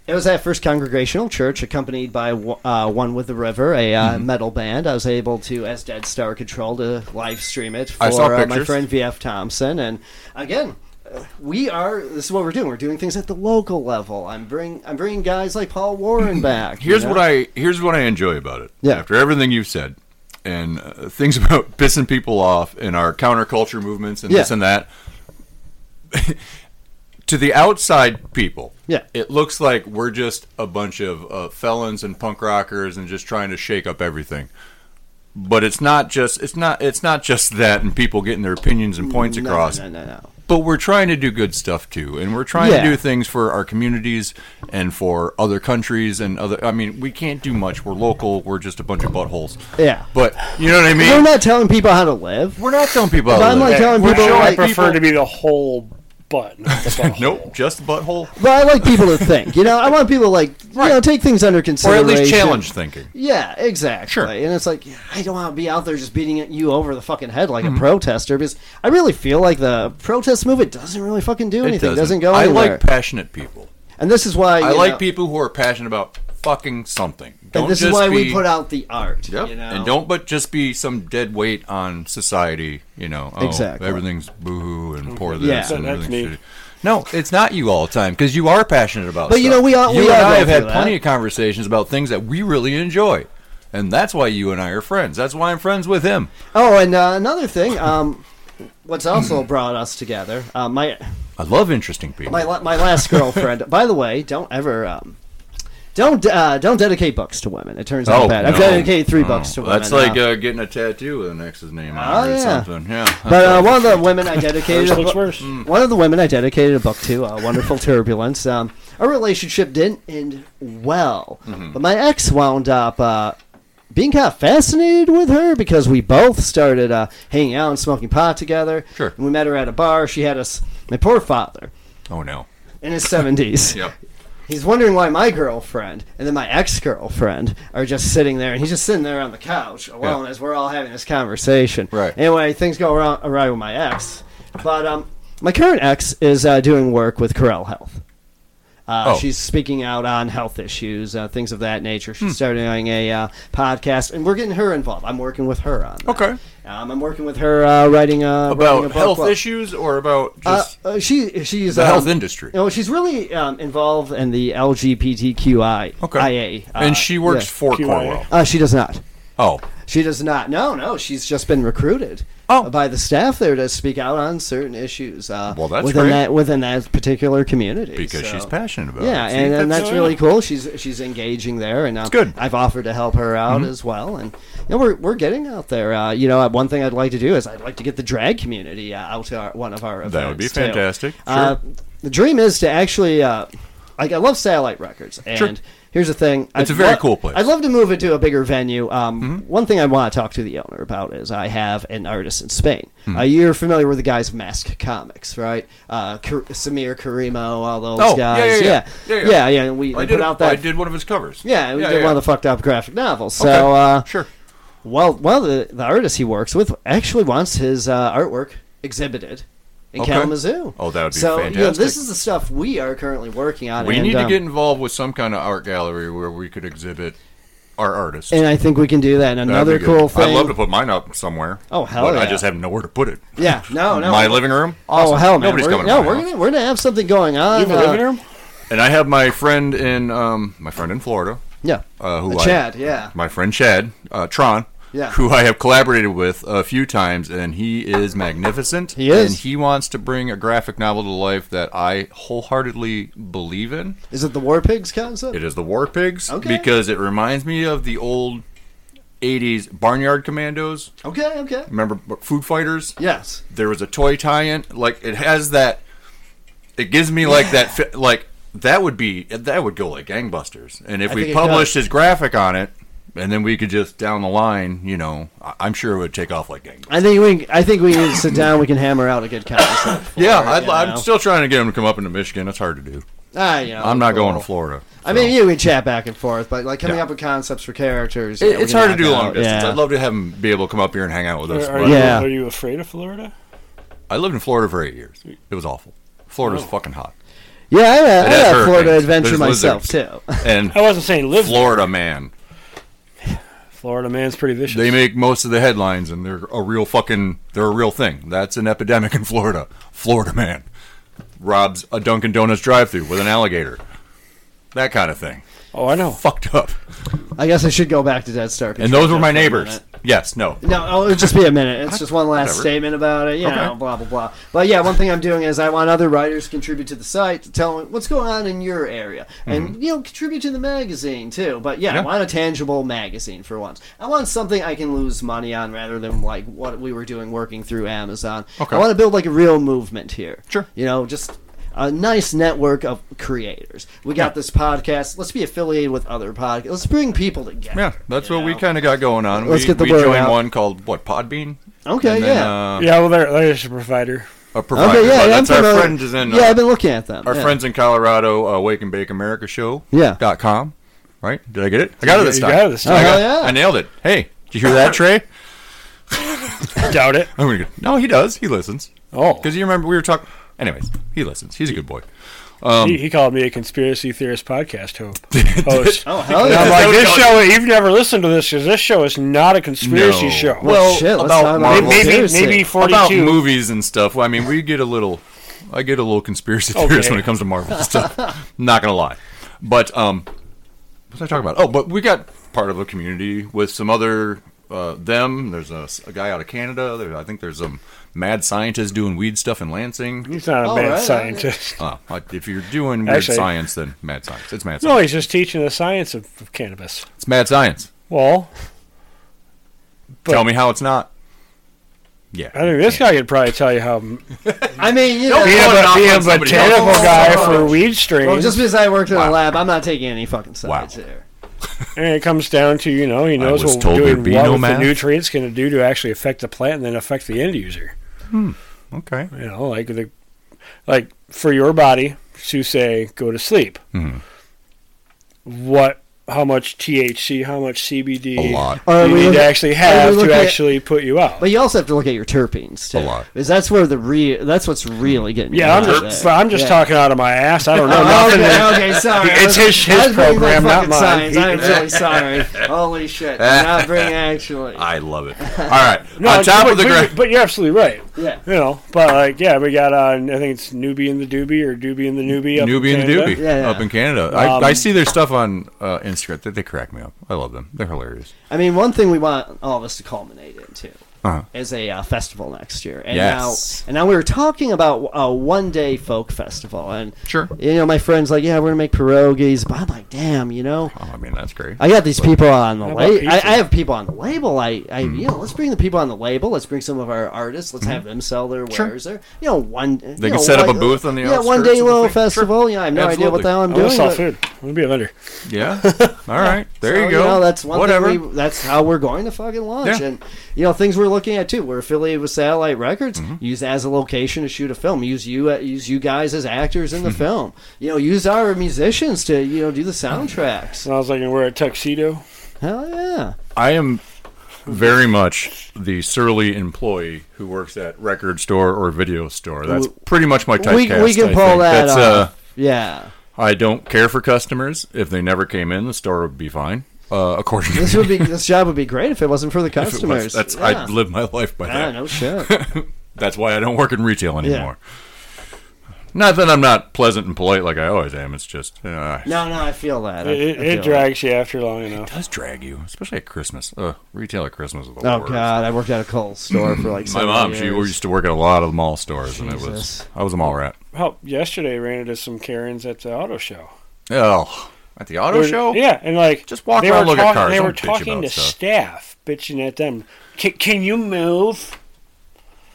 It was at First Congregational Church, accompanied by uh, One with the River, a uh, Mm-hmm. metal band. I was able to, as Dead Star Control, to live stream it for I saw uh, my pictures. friend VF Thompson. And again, uh, we are. This is what we're doing. We're doing things at the local level. I'm bring I'm bringing guys like Paul Warren back. Here's what I here's what I enjoy about it. Yeah. After everything you've said and uh, things about pissing people off and our counterculture movements and this Yeah. and that. to the outside people, Yeah. it looks like we're just a bunch of uh, felons and punk rockers and just trying to shake up everything. But it's not just it's not it's not just that and people getting their opinions and points no, across. No, no, no. But we're trying to do good stuff too, and we're trying Yeah. to do things for our communities and for other countries and other. I mean, we can't do much. We're local. We're just a bunch of buttholes. Yeah. but you know what I mean. We're not telling people how to live. We're not telling people. how If to I'm live. like telling We're people, showing like- I prefer people- to be the whole butt, not the butthole. Nope, just the butthole, But I like people to think. You know, I want people to, like you know take things under or at consideration least challenge thinking. Yeah, exactly. Sure. And it's like I don't want to be out there just beating you over the fucking head like Mm-hmm. a protester because I really feel like the protest movement doesn't really fucking do anything. go I anywhere. like passionate people. and this is why I you like know, people who are passionate about fucking something. Don't And this is just why we be- put out the art. Yep. you know? And don't but just be some dead weight on society, you know. Oh, Exactly. Everything's boo-hoo and poor this Yeah. and That's everything's me. shitty. No, it's not you all the time because you are passionate about But, you stuff. know, we all- You we and all I go have had through plenty that. of conversations about things that we really enjoy. And that's why you and I are friends. That's why I'm friends with him. Oh, and uh, another thing, um, what's also brought us together, uh, my I love interesting people. my la- my last girlfriend. By the way, don't ever. Um, Don't uh, don't dedicate books to women. It turns out Oh, bad. no. I've dedicated three Oh, books to women. That's like uh, uh, getting a tattoo with an ex's name Oh, on it or yeah. something. Yeah. that's but uh, awful. one of the women I dedicated First a looks book- worse. Mm. one of the women I dedicated a book to, uh, Wonderful Turbulence. Um, our relationship didn't end well, but my ex wound up uh, being kind of fascinated with her because we both started uh, hanging out and smoking pot together. Sure. And we met her at a bar. She had us. My poor father oh no. in his seventies. Yep. He's wondering why my girlfriend and then my ex girlfriend are just sitting there, and he's just sitting there on the couch alone Yeah. as we're all having this conversation. Right. Anyway, things go wrong awry with my ex, but um, my current ex is uh, doing work with Corel Health. Uh, Oh. She's speaking out on health issues, uh, things of that nature. She's Hmm. starting a uh, podcast, and we're getting her involved. I'm working with her on. That. Okay. Um, I'm working with her uh, writing uh, writing a About book. health Well, issues or about just uh, uh, she she's the um, health industry? No, she's really um, involved in the LGBTQI. Okay. IA, uh, and she works yeah. for QIA. Corwell. Uh, she does not. Oh. She does not. No, no. She's just been recruited Oh. by the staff there to speak out on certain issues. Uh, Well, that's within great. that within that particular community Because so- she's passionate about Yeah, it. See, and, and that's- that's really cool. She's she's engaging there, and uh, good. Mm-hmm. I've offered to help her out as well, and you know, we're we're getting out there. Uh, you know, one thing I'd like to do is I'd like to get the drag community uh, out to our, one of our events. That would be too. fantastic. Uh, Sure. the dream is to actually. Uh, like I love satellite records, and Sure. here's the thing: It's I'd a very lo- cool place. Mm-hmm. I'd love to move it to a bigger venue. Um, One thing I want to talk to the owner about is I have an artist in Spain. Hmm. Uh, you're familiar with the guys Mask Comics, right? Uh, Kar- Samir Karimo, all those Oh, yeah, guys. yeah, yeah. yeah, Yeah, yeah. yeah, and we I we did, put out that. I did one of his covers. Yeah, we did one of the fucked up graphic novels. So, Okay. uh, sure. well, well, the, the artist he works with actually wants his uh, artwork exhibited in Okay. Kalamazoo. Oh, that would be so, You know, this fantastic. is the stuff we are currently working on. We and, need to um, get involved with some kind of art gallery where we could exhibit our artists. and I think we can do that. That'd And be another good. cool thing. I'd love to put mine up somewhere. Oh, hell but I yeah. just have nowhere to put it. Yeah, no, no. My living room. Oh hell, man! Nobody's we're, coming. No, to my we're house. gonna we're gonna have something going on. In the uh, living room? And I have my friend in um, my friend in Florida, Yeah. uh, who Uh, I- Chad, yeah. my friend Chad uh, Tron, Yeah. who I have collaborated with a few times, and he is magnificent. He is. and he wants to bring a graphic novel to life that I wholeheartedly believe in. Is it the War Pigs concept? It is the War Pigs Okay. because it reminds me of the old '80s Barnyard Commandos. Okay, okay. Remember Food Fighters? Yes. there was a toy tie-in like it has that it gives me like that fi- like that would be that would go like gangbusters and if I think we it published does. his graphic on it and then we could just down the line you know I- i'm sure it would take off like gangbusters I think we I think we need to sit down. We can hammer out a good concept. for yeah it, I'd, you know? i'm still trying to get him to come up into michigan that's hard to do Ah, you know, i'm not cool. going to florida I mean, so. you can chat back and forth, but like coming Yeah. up with concepts for characters. you It- know, we it's can hard to knock do long out, distance yeah. i'd love to have him be able to come up here and hang out with us Are, are but you, Yeah. are you afraid of Florida? i lived in florida for eight years it was awful florida's Oh. fucking hot Yeah, I had, I It has had a Florida hurricanes. adventure There's myself lizards. too. and I wasn't saying live. florida man Florida man's pretty vicious. They make most of the headlines, and they're a real fucking. They're a real thing. That's an epidemic in Florida. Florida man robs a Dunkin' Donuts drive-through with an alligator. That kind of thing. oh, I know. Fucked up. I guess I should go back to Dead Star. And those were my Patrol for a neighbors. minute. Yes. No. No, oh, it'll just be a minute. It's just one last Whatever. statement about it, you know, Okay. blah blah blah. But yeah, one thing I'm doing is I want other writers to contribute to the site, to tell them what's going on in your area, and you know, contribute to the magazine too. But yeah, Mm-hmm. Yeah. I want a tangible magazine for once. I want something I can lose money on rather than like what we were doing working through Amazon. Okay. I want to build like a real movement here. Sure. you know, just. A nice network of creators. We got this podcast. Let's be affiliated with other podcasts. Let's bring people together. Yeah, that's you what we know? kind of got going on. Let's we, get the we word joined out. one called what Podbean. Okay, And then, yeah. uh, Yeah, well, there, there's a provider. a provider. Okay, yeah, But yeah, that's I'm our familiar. friend is in. yeah, uh, I've been looking at them. our yeah. friends in Colorado, uh, Wake and Bake America Show. Yeah. Dot com. Right? Did I get it? I got it this You time. got it this time. Oh, I, got- hell yeah. I nailed it. Hey, did you hear that, Trey? Doubt it. I'm gonna go, Oh, no, he does. He listens. Oh, Because you remember we were talking. Anyways, he listens. He's a good boy. he, he called me a conspiracy theorist podcast ho- host. Oh hell And I'm yeah! like, this Don't- show, you've never listened to this because this show is not a conspiracy No. show. Well, shit, let's about talk Marvel. it. maybe maybe, Seriously. maybe About 42. movies and stuff. Well, I mean, we get a little. I get a little conspiracy Okay. theorist when it comes to Marvel stuff. Not gonna lie, but um, what was I talking about? Oh, but we got part of a community with some other uh, them. There's a, s- a guy out of Canada. There, I think there's some mad scientist doing weed stuff in Lansing. He's not a Oh, mad right, right. scientist. Uh, like, if you're doing weird Actually- science, then mad science. It's mad No, science. he's just teaching the science of, of cannabis. It's mad science. Well, But- Tell me how it's not. Yeah. I think this guy could probably tell you how being I mean, you know, it a, off being a on somebody botanical else. guy for weed strains, well, just because I worked in Wow. a lab, I'm not taking any fucking sides Wow. here. and it comes down to you know he knows was what told doing there'd be what no with the math. nutrients going to do to actually affect the plant and then affect the end user. okay. You know, like the like for your body to say go to sleep. Mhm. What? How much THC? How much CBD? A lot. Or you we need look to at- actually or we have look to at- actually put you out. But you also have to look at your terpenes A too. lot. Because that's where the re that's what's really getting. you yeah, I'm out of just there. but I'm just Yeah. talking out of my ass. I don't know Oh, nothing. okay, okay, sorry. It's I was- his- his I was bringing program, my fucking not mine. Signs. I'm really sorry. Holy shit! Did Not bring actually. I love it. All right. No, On top but, of the but, gra- but you're absolutely right. Yeah. You know, but like, yeah, we got uh, I think it's Newbie and the Doobie or Doobie and the Newbie. Up Newbie in and the Canada. Doobie Yeah, yeah. up in Canada. Um, I, I see their stuff on uh, Instagram. They, they crack me up. I love them. They're hilarious. I mean, one thing we want all of us to culminate into Uh-huh. is a uh, festival next year. And Yes. now, and now we were talking about a one-day folk festival, and Sure. you know, my friend's like, "Yeah, we're gonna make pierogies," but I'm like, "Damn, you know." Oh, I mean, that's great. I got these people on the about label. I, pizza? I have people on the label. I, I Hmm. you know, let's bring the people on the label. Let's bring some of our artists. Let's have them sell their Sure. wares there. You know, one. They Hmm. can set up a booth on the yeah one outskirts of day the little thing. Sure. festival. Yeah, I have no idea what Absolutely. the hell I'm I'm doing. gonna sell but- food. I'm gonna be a vendor. yeah. All right. There so, you go. Oh, know, that's one Whatever. thing. We, that's how we're going to fucking launch. Yeah. And you know, things we're looking at too. We're affiliated with Satellite Records. Mm-hmm. Use as a location to shoot a film. Use you. Uh, use you guys as actors in the Mm-hmm. film. You know, use our musicians to you know do the soundtracks. And I was like, I can wear a tuxedo. Hell yeah. I am very much the surly employee who works at record store or video store. That's pretty much my typecast. we, we can I pull think. that That's, off. uh, yeah. I don't care for customers. If they never came in, the store would be fine. Uh, according to This me, would be this job would be great if it wasn't for the if it was. customers. That's yeah. I live my life by Yeah, that. no shit. That's why I don't work in retail anymore. Not that I'm not pleasant and polite like I always am. It's just uh, No, no, I feel that. I- It, it, I it feel that. drags you after long enough. it does drag you, especially at Christmas. Uh, retail at Christmas is the Oh worst. god, I worked at a Kohl's store for like. My seven mom, years. she used to work at a lot of mall stores, and it was Jesus. I was a mall rat. Well, yesterday I ran into some Karens at the auto show. Oh, at the auto Where- show, Yeah, and like Just walk they around, were look at talking- cars. They Don't were bitch talking about to stuff. staff, bitching at them. Can, can you move?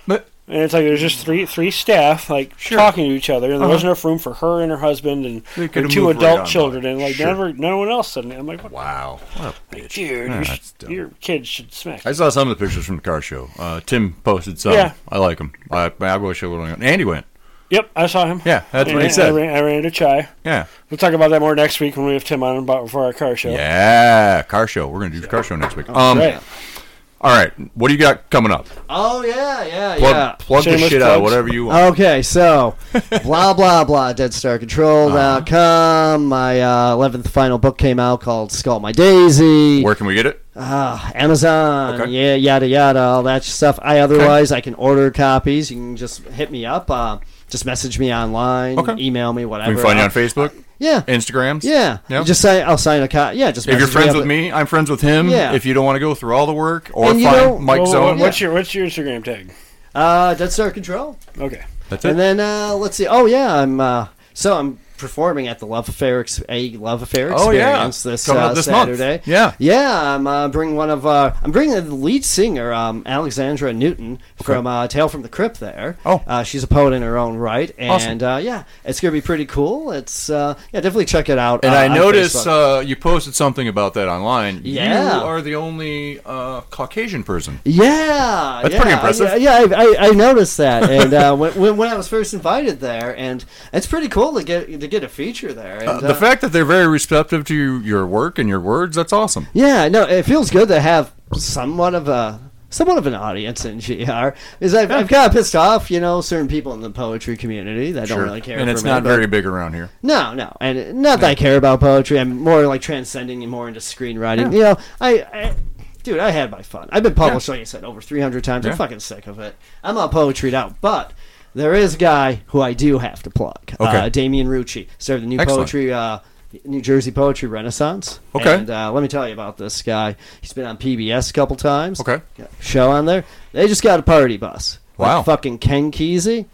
But- and it's like there's just three three staff like talking to each other, and there wasn't enough room for her and her husband and Uh-huh. They her could've two moved right adult on by. children, and like Sure. none of her, no one else. Suddenly, I'm like, what? Wow, what a bitch. dude, Yeah, you that's sh- dumb. your kids should smack. I you. saw some of the pictures from the car show. Uh, Tim posted some. Yeah. I like them. I, I wish I would have. Andy went. yep, I saw him. Yeah, that's And what he I- said. I ran, I ran into Chai. Yeah, We'll talk about that more next week when we have Tim on about for our car show. yeah, car show. We're gonna do the car show next week. Um, Right. all right. What do you got coming up? Oh yeah, yeah, Plug, yeah. plug the Shameless shit out, plugs. whatever you want. Okay, so blah blah blah Uh-huh. deadstarcontrol.com. My uh, 11th final book came out called Skull My Daisy. Where can we get it? Ah, Amazon, Okay. yeah, yada yada, all that stuff. I otherwise I can order copies. You can just hit me up, uh, just message me online, Okay. email me, We whatever. can find you I'll- on Facebook, Yeah, Instagrams. yeah. Yeah. Just sign. I'll sign a copy. Yeah, just if you're message friends up. with me, I'm friends with him. Yeah. If you don't want to go through all the work, or And you know- find Mike's Well, what- own. what's your what's your Instagram tag? Uh, Dead Star Control. Okay. That's And it. then uh, let's see. Oh yeah, I'm uh, so I'm performing at the Love Affair ex- a Love Affair Oh, yeah. experience this Coming up uh, this month. Saturday. Yeah. yeah. I'm uh, bringing one of uh, I'm bringing the lead singer um, Alexandra Newton from uh, Tale from the Crypt. There. Oh. uh, she's a poet in her own right, and Awesome. uh, yeah, it's gonna be pretty cool. It's uh, yeah, definitely check it out. And uh, I on notice Facebook. uh, you posted something about that online. Yeah. You are the only uh, Caucasian person. Yeah, That's yeah, pretty impressive. I- Yeah, I, I, I noticed that, and uh, when, when when I was first invited there, and it's pretty cool to get to get a feature there. And, Uh, the uh, fact that they're very receptive to your work and your words, that's awesome. Yeah, no, it feels good to have somewhat of a somewhat of an audience in GR. Is I've, I've got pissed off, you know, certain people in the poetry community that don't really care. and for it's me, not but- very big around here. no, no, and it- not that I care about poetry. I'm more like transcending and more into screenwriting. You know, I. I Dude, I had my fun. I've been published, like I said, over 300 times. Yeah. I'm fucking sick of it. I'm not poetried out, but there is a guy who I do have to plug. Okay. Uh, Damien Rucci started the new Excellent. poetry uh, New Jersey Poetry Renaissance. Okay. And uh, let me tell you about this guy. He's been on PBS a couple times. Okay. Got a show on there. They just got a party bus. Like Wow. fucking Ken Kesey.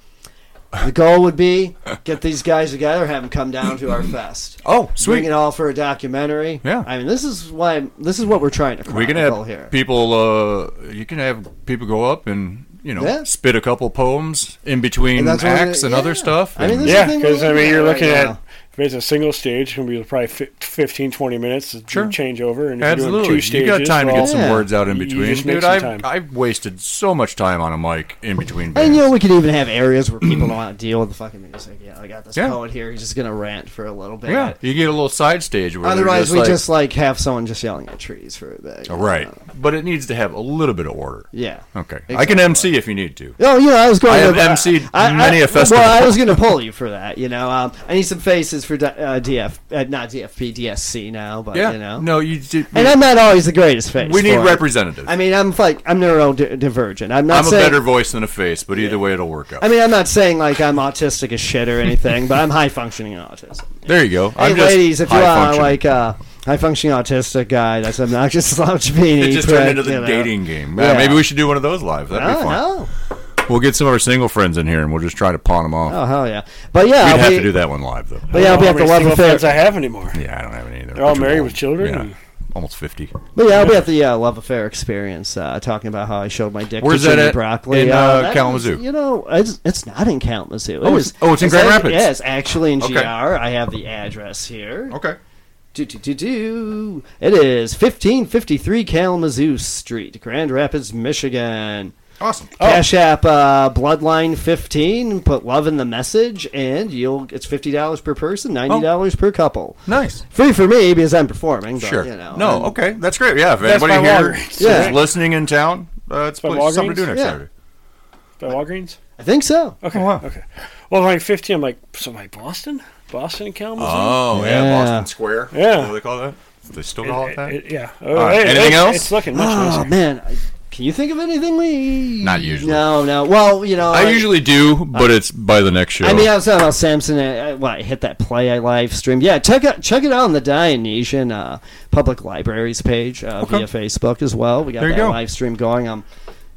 The goal would be get these guys together, have them come down to our fest. Oh, Bring sweet. it all for a documentary. Yeah. I mean, this is why this is what we're trying to We chronicle can have here. people. Uh, you can have people go up and you know Yeah. spit a couple poems in between And that's what acts it- and yeah. other stuff. I mean, and- this- Yeah, thing we're because I looking mean, at you're right looking at now. if it's a single stage, it's going to be probably fif- 15, 20 minutes. to Sure. change over and if You're Absolutely, doing two you stages, got time to well, get some Yeah. words out in you- you between, just make dude. some I've time. I've wasted so much time on a mic in between. And you know bands. we could even have areas where people don't want to deal with the fucking music. Yeah, I got this Yeah. poet here. He's just gonna rant for a little bit. yeah, you get a little side stage where they're Otherwise, just we like, just like have someone just yelling at trees for a bit. you Oh, right, know? but it needs to have a little bit of order. Yeah. Okay, I can Exactly. MC if you need to. Oh, yeah, I was going I to. have emceed many a festival. Well, I was going to pull you for that. You know, um, I need some faces for D- uh, DF, uh, not DFP, DSC now, but Yeah, you know, no, you. Did, and I'm not always the greatest face. we need for it. representatives. I mean, I'm like I'm neurodivergent. I'm not I'm a saying, better voice than a face, but either way, it'll work out. I mean, I'm not saying like I'm autistic as shit or anything, but I'm high functioning autism. there you go. Hey, I'm just ladies, if you high want functioning. like uh, high functioning autistic guy that's obnoxious slouch beanie, it just turned prick, into the you know. dating game. Yeah. Uh, maybe we should do one of those live. That'd be Oh fun. no! We'll get some of our single friends in here, and we'll just try to pawn them off. Oh hell yeah! But yeah, We'd have we, to do that one live, though. But yeah, I'll I be don't at the know how love many single friends I affair. have anymore. Yeah, I don't have any either. They're all Which are married old. with children Yeah, and- almost fifty. But yeah, I'll be at the uh, love affair experience, uh, talking about how I showed my dick Where's to that Jimmy at? Broccoli In, uh, that Kalamazoo? is- you know, it's, it's not in Kalamazoo. It Oh, was- it's- oh, it's in Grand act- Rapids. Yeah, it's actually in Okay. GR. I have the address here. Okay. Do, do, do, do. It is 1553 Kalamazoo Street, Grand Rapids, Michigan. Awesome. Cash App uh, Bloodline 15. Put love in the message, and you'll it's fifty dollars per person, Oh. ninety dollars per couple. Nice. Free for me because I'm performing. But, Sure. You know, no. I'm- okay. That's great. Yeah. If That's anybody my here Walgreens. is Yeah. listening in town, uh, it's My place- something to Walgreens? do next Yeah. Saturday. Oh, By Walgreens. I think so. Okay. Okay. Well, like 15, I'm like, so like Boston? Boston and Kalamazoo? Oh yeah, Yeah. Boston Square. Yeah. What do they call that? They still call it that? It- it- yeah. right. it- Anything it's- else? It's looking much Oh nicer. man, I- can you think of anything? We Not usually. No, no. Well, you know, I usually do, but it's by the next show. I mean, I was talking about Samson. I, I, well, I hit that play I live streamed. Yeah, check out check it out on the Dionysian uh, Public Libraries page uh, Okay. via Facebook as well. We got There you that go. live stream going um,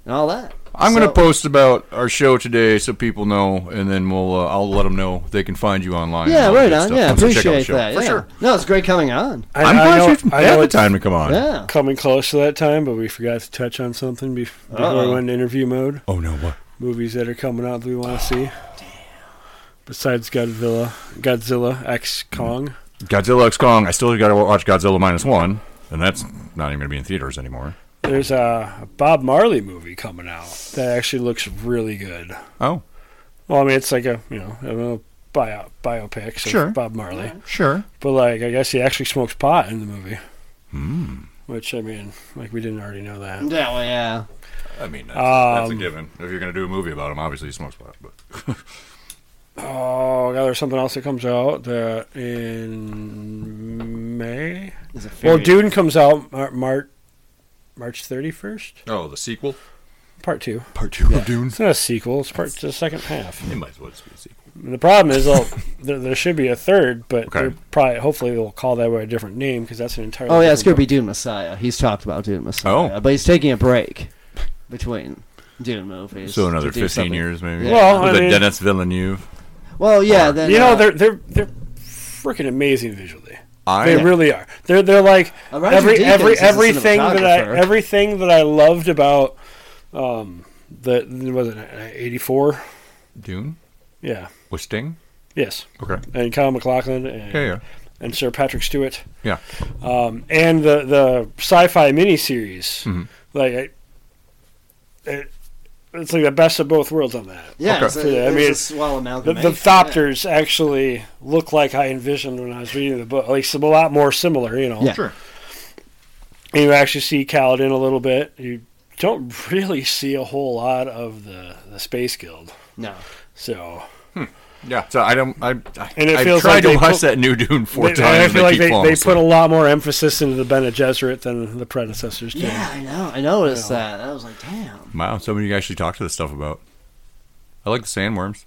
and all that. I'm going So- to post about our show today so people know, and then we'll uh, I'll let them know they can find you online. and Yeah, all that right good on. stuff. Yeah, So check out the appreciate show, that. for yeah. sure. No, it's great coming on. I, Ah, I'm I glad know, you I had know the it's time to come on. Yeah. coming close to that time, but we forgot to touch on something bef- before Uh-oh. we went into interview mode. Oh no, what? Movies that are coming out that we want to see. Besides Godzilla, Godzilla X Kong. Godzilla X Kong. I still got to watch Godzilla minus one, and that's not even going to be in theaters anymore. There's a Bob Marley movie coming out that actually looks really good. Oh, Well, I mean, it's like a you know, I don't know bio biopics of Sure. Bob Marley, sure. but like I guess he actually smokes pot in the movie. Hmm. Which I mean, like we didn't already know that. Yeah, well, yeah. I mean, that's, that's a Um, given. If you're going to do a movie about him, obviously he smokes pot. But Oh, God, there's something else that comes out that in May. It's a Well, furious- Dune comes out Mar- Mar- March 31st, oh, the sequel, part two. part two of Dune. It's not a sequel; it's part the second half. It might as well just be a sequel. And the problem is, oh, there, there should be a third, but Okay. they're probably hopefully they'll call that by a different name because that's an entirely. Oh yeah, it's gonna different be Dune Messiah. He's talked about Dune Messiah, Oh. but he's taking a break between Dune movies. So to another do 15 something. years, maybe. Yeah. Well, with I a mean- Dennis Villeneuve. Well, yeah, then you know uh, they're they're they're freaking amazing visually. I They really are. They're they're like Uh, Roger every Deakins every is a everything that I cinematographer. everything that I loved about um the was it eighty four Dune yeah with Sting. yes Okay. and Kyle MacLachlan and, Yeah, yeah, and Sir Patrick Stewart yeah. um and the the sci fi miniseries Mm-hmm. like I, it, it's like the best of both worlds on that. yeah, Okay. it's a- Yeah, I there's mean, a swell The, amalgamation. the Thopters actually look like I envisioned when I was reading the book. Like, some, a lot more similar, you know. Yeah. Sure. And you actually see Kaladin a little bit. You don't really see a whole lot of the, the Space Guild. No, So Yeah, so I don't. I, I, And it I've feels tried like to they watch put- that new Dune four They- times. I and feel like keep they, falling they asleep. put a lot more emphasis into the Bene Gesserit than the predecessors did. yeah, I know. I noticed that. I was like, damn. Wow, somebody you actually talk to this stuff about. I like the sandworms.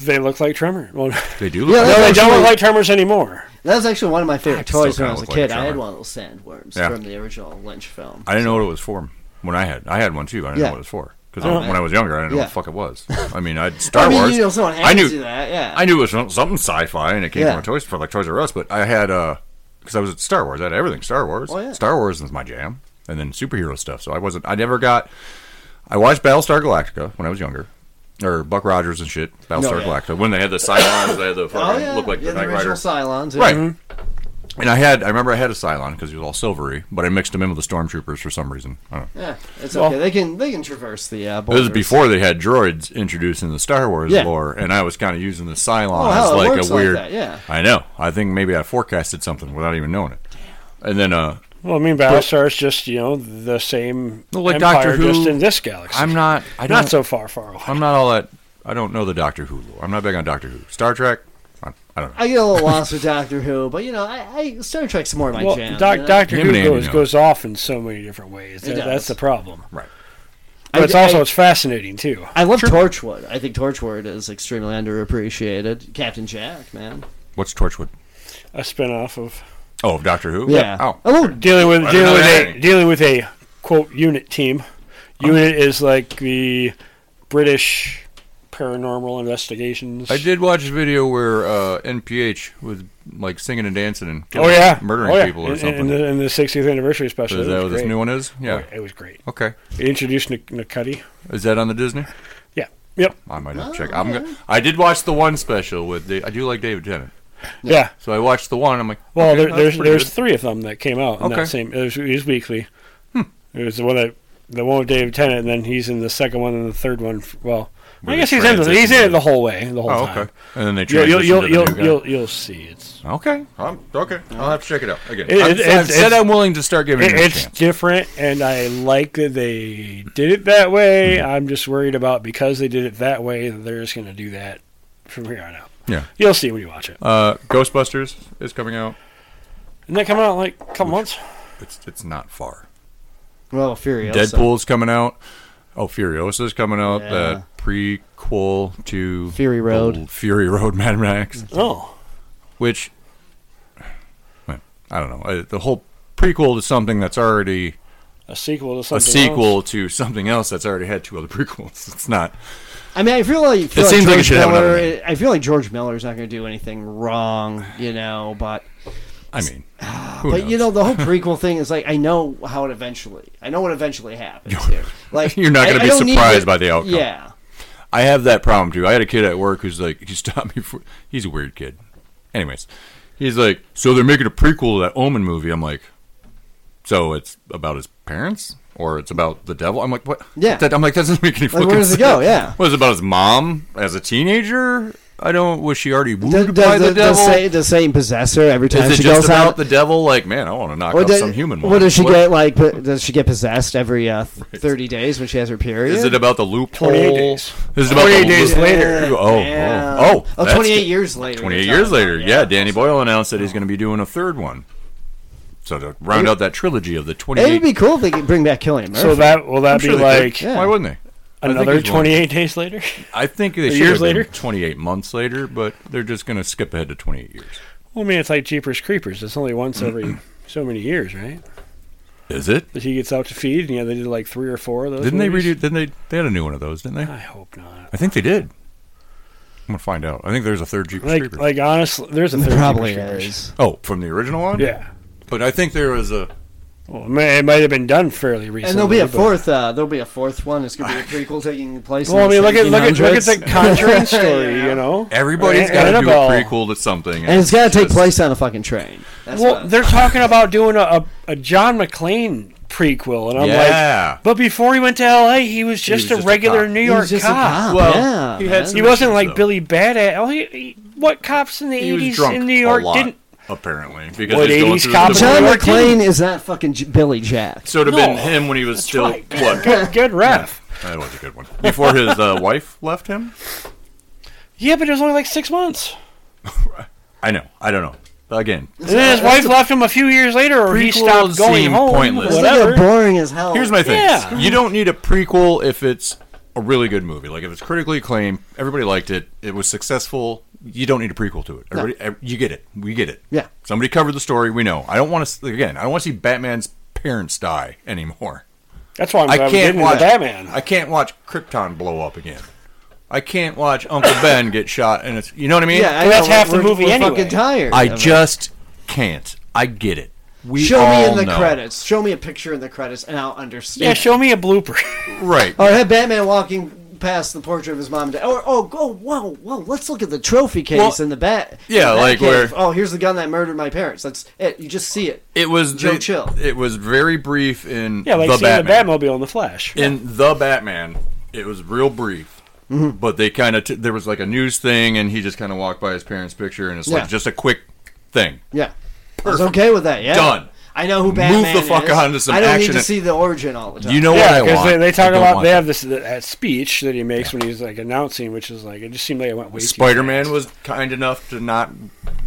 They look like Tremor. Well, They do look Yeah, like no, they don't actually- look like Tremors anymore. That was actually one of my favorite I still toys when I kinda was a look like a kid. I had drummer. one of those sandworms Yeah. from the original Lynch film. I didn't know what it was for when I had. I had one too, but I didn't Yeah. know what it was for. Because Oh, when I was younger, I didn't know what yeah. the fuck it was. I mean, I'd Star I mean, Wars. you know, someone I hands knew you that, yeah. I knew it was some- something sci-fi, and it came Yeah. from a toys for like Toys R Us. But I had because I was at Star Wars. I had everything Star Wars. Oh, yeah. Star Wars was my jam, and then superhero stuff. So I wasn't. I never got. I watched Battlestar Galactica when I was younger, or Buck Rogers and shit. Battlestar yeah. Galactica when they had the Cylons, they had the fucking oh yeah, look like yeah, the Knight original Mm-hmm. Rider. Cylons. yeah. Right. And I had, I remember I had a Cylon because he was all silvery, but I mixed him in with the stormtroopers for some reason. I don't know. Yeah, it's Well- okay. They can they can traverse the. This Uh, is boulders. before they had droids introduced in the Star Wars Yeah. lore, and I was kind of using the Cylon Oh, hell, as it like works a like weird. that, yeah. I know. I think maybe I forecasted something without even knowing it. And then uh, Well, I mean, Battlestar is just you know the same Well, like empire, Doctor Who, just in this galaxy. I'm not. I don't. not so far far away. I'm not all that. I don't know the Doctor Who lore. I'm not big on Doctor Who. Star Trek. I, I don't know. I get a little lost with Doctor Who, but you know, I, I Star Trek's more my well, jam. Doc, you know? Doctor Him Who and Andy goes, know. goes off in so many different ways. It That- does. that's the problem. right. I- But it's also I- it's fascinating too. I love Torchwood. I think Torchwood is extremely underappreciated. Captain Jack, man. What's Torchwood? A spin-off of Oh, of Doctor Who. Oh. a little dealing with didn't dealing know with that. a dealing with a quote unit team. Unit is like the British paranormal investigations. I did watch a video where uh, NPH was like singing and dancing and Oh yeah, murdering Oh, yeah. people in, or in- something. In the, in the 60th anniversary special, is it that was what this great. Oh, new one is? Yeah. it was great. Okay. They introduced Nic- Nicotti. Is that on the Disney? Yeah. Yep. I might have to check. I'm Oh. go- I did watch the one special with the. I do like David Tennant, Yeah. so I watched the one. I'm like, Well, okay, there, that's there's pretty there's good. three of them that came out in Okay. Hmm. that same. It was, it was weekly. It was the one that the one with David Tennant, and then he's in the second one and the third one. f- Well, Where I they guess he's in the, he's in transitioned it the whole way, the whole Oh, time. okay. And then they You'll transitioned you'll you'll to the you'll, new guy. you'll, you'll see. It's Okay, I'm, okay. I'll have to check it out again. It- I've, it- I've it's- said it's- I'm willing to start giving it, it, a it's chance. different, and I like that they did it that Hmm. way. I'm just worried about because they did it that way, they're just going to do that from here on out. Yeah. You'll see when you watch it. Uh, Ghostbusters is coming out. Isn't that coming out in like a couple months? It's it's not far. well, Furiosa. Deadpool's coming out. Oh, Furiosa's coming out. Yeah. That prequel to Fury Road. old Fury Road, Mad Max. Oh, which well, I don't know. Uh, The whole prequel to something that's already a sequel to something. a sequel else. to something else that's already had two other prequels. It's not. I mean, I feel like feel seems like it George should have another Miller. I feel like George Miller's not going to do anything wrong, you know. But I mean, who but knows? you know, the whole prequel thing is like I know how it eventually. I know what eventually happens here. Like You're not I- gonna I be don't need surprised by the outcome. Yeah, I have that problem too. I had a kid at work who's like, he stopped me for. He's a weird kid. Anyways, he's like, so they're making a prequel to that Omen movie. I'm like, so it's about his parents. Or it's about the devil. I'm like, what? Yeah. That, I'm like, that doesn't make any Like, fucking where does it sense. go? Yeah. What is it about his mom as a teenager? I don't. Was she already wooed does, by does, the does, devil? Sa- does Satan possess her every time Is she it just goes about out? the devil? Like, man, I want to knock Or out does- some human. What woman. does she get like? po- Does she get possessed every uh, th- thirty days when she has her period? Is it about the loophole? 28 days. Is it about 28 the days loophole? later. Oh, Damn. oh, Oh, that's 28 good. years later. 28 you're years talking later, about, yeah, Danny Boyle announced that he's going to be doing a third one. So to round out that trilogy of the It would 28. be cool if they could bring back Killian Murphy. So that will that I'm be sure they like could. why wouldn't they? I think another he's one. 28 days later? I think they should years have been later? 28 months later, but they're just going to skip ahead to 28 years. Well, I mean, it's like Jeepers Creepers. It's only once Mm-hmm. every so many years, right? Is it? That he gets out to feed, and yeah, they did like three or four of those. Didn't they movies. redo? Didn't they? They had a new one of those, didn't I they? hope not. I think they did. I'm gonna find out. I think there's a third Jeepers Like, Creepers. like honestly, there's a It third probably Jeepers Creepers. is. oh, from the original one. Yeah. but I think there was a. Well, it may- it might have been done fairly recently. And there'll be a but- fourth. Uh, there'll be a fourth one. It's gonna be a prequel taking place. Well, I in the mean, look at look at look at the 1700s. Conjuring story. You know, Everybody's An- got to do a Annabelle. prequel to something, and it's gotta take just- place on a fucking train. That's Well, what- they're talking about doing a, a, a John McClane prequel, and I'm Yeah. like, but before he went to L.A., he was just was a just a regular cop. New He York was just a cop. cop, Well, yeah, he had man. He wasn't like though. Billy Badass. Oh, he, he, what cops in the He was eighties drunk in New York a lot, didn't? apparently because What, he's going 80s through cop the John Well, McClane is not fucking J- Billy Jack. So it would have been No. him when he was still right. what? Good, good ref. That was a good one. Before his uh, wife left him. Yeah, but it was only like six months. I know. I don't know. Again, And then his wife left him a few years later, or he Prequels stopped seem going home. pointless. It's like Whatever. a boring as hell. here's my thing. Yeah. You don't need a prequel if it's a really good movie. Like if it's critically acclaimed, everybody liked it. It was successful. you don't need a prequel to it. Everybody, ev- You get it. We get it. Yeah. Somebody covered the story. We know. I don't want to again. I don't want to see Batman's parents die anymore. That's why I'm, I I'm can't getting watch into Batman. I can't watch Krypton blow up again. I can't watch Uncle Ben get shot, and it's you know what I mean. Yeah, I Well, that's know, half the we're- movie we're anyway. Fucking tired. I of it. just can't. I get it. We show me all in the know. credits. Show me a picture in the credits, and I'll understand. yeah, show me a blooper. right? Or have Batman walking past the portrait of his mom and dad. Or oh, go whoa, whoa! Let's look at the trophy case Well, and the bat. yeah, the bat like cave. where- oh, here's the gun that murdered my parents. That's it. You just see it. It was Joe the- Chill. It was very brief in yeah, like the seeing Batman. the Batmobile in the Flash. in the Batman, it was real brief. Mm-hmm. But they kind of t- there was like a news thing, and he just kind of walked by his parents' picture, and it's Yeah. like just a quick thing. Yeah, I was okay with that. Yeah, Done. I know who Move Batman the fuck is. on to some I don't action need to and- see the origin all the time. You know Yeah, what I because want? they, they I talk don't about want they that. have this that speech that he makes when he's like announcing, which is like it just seemed like it went way too Spider-Man fast. was kind enough to not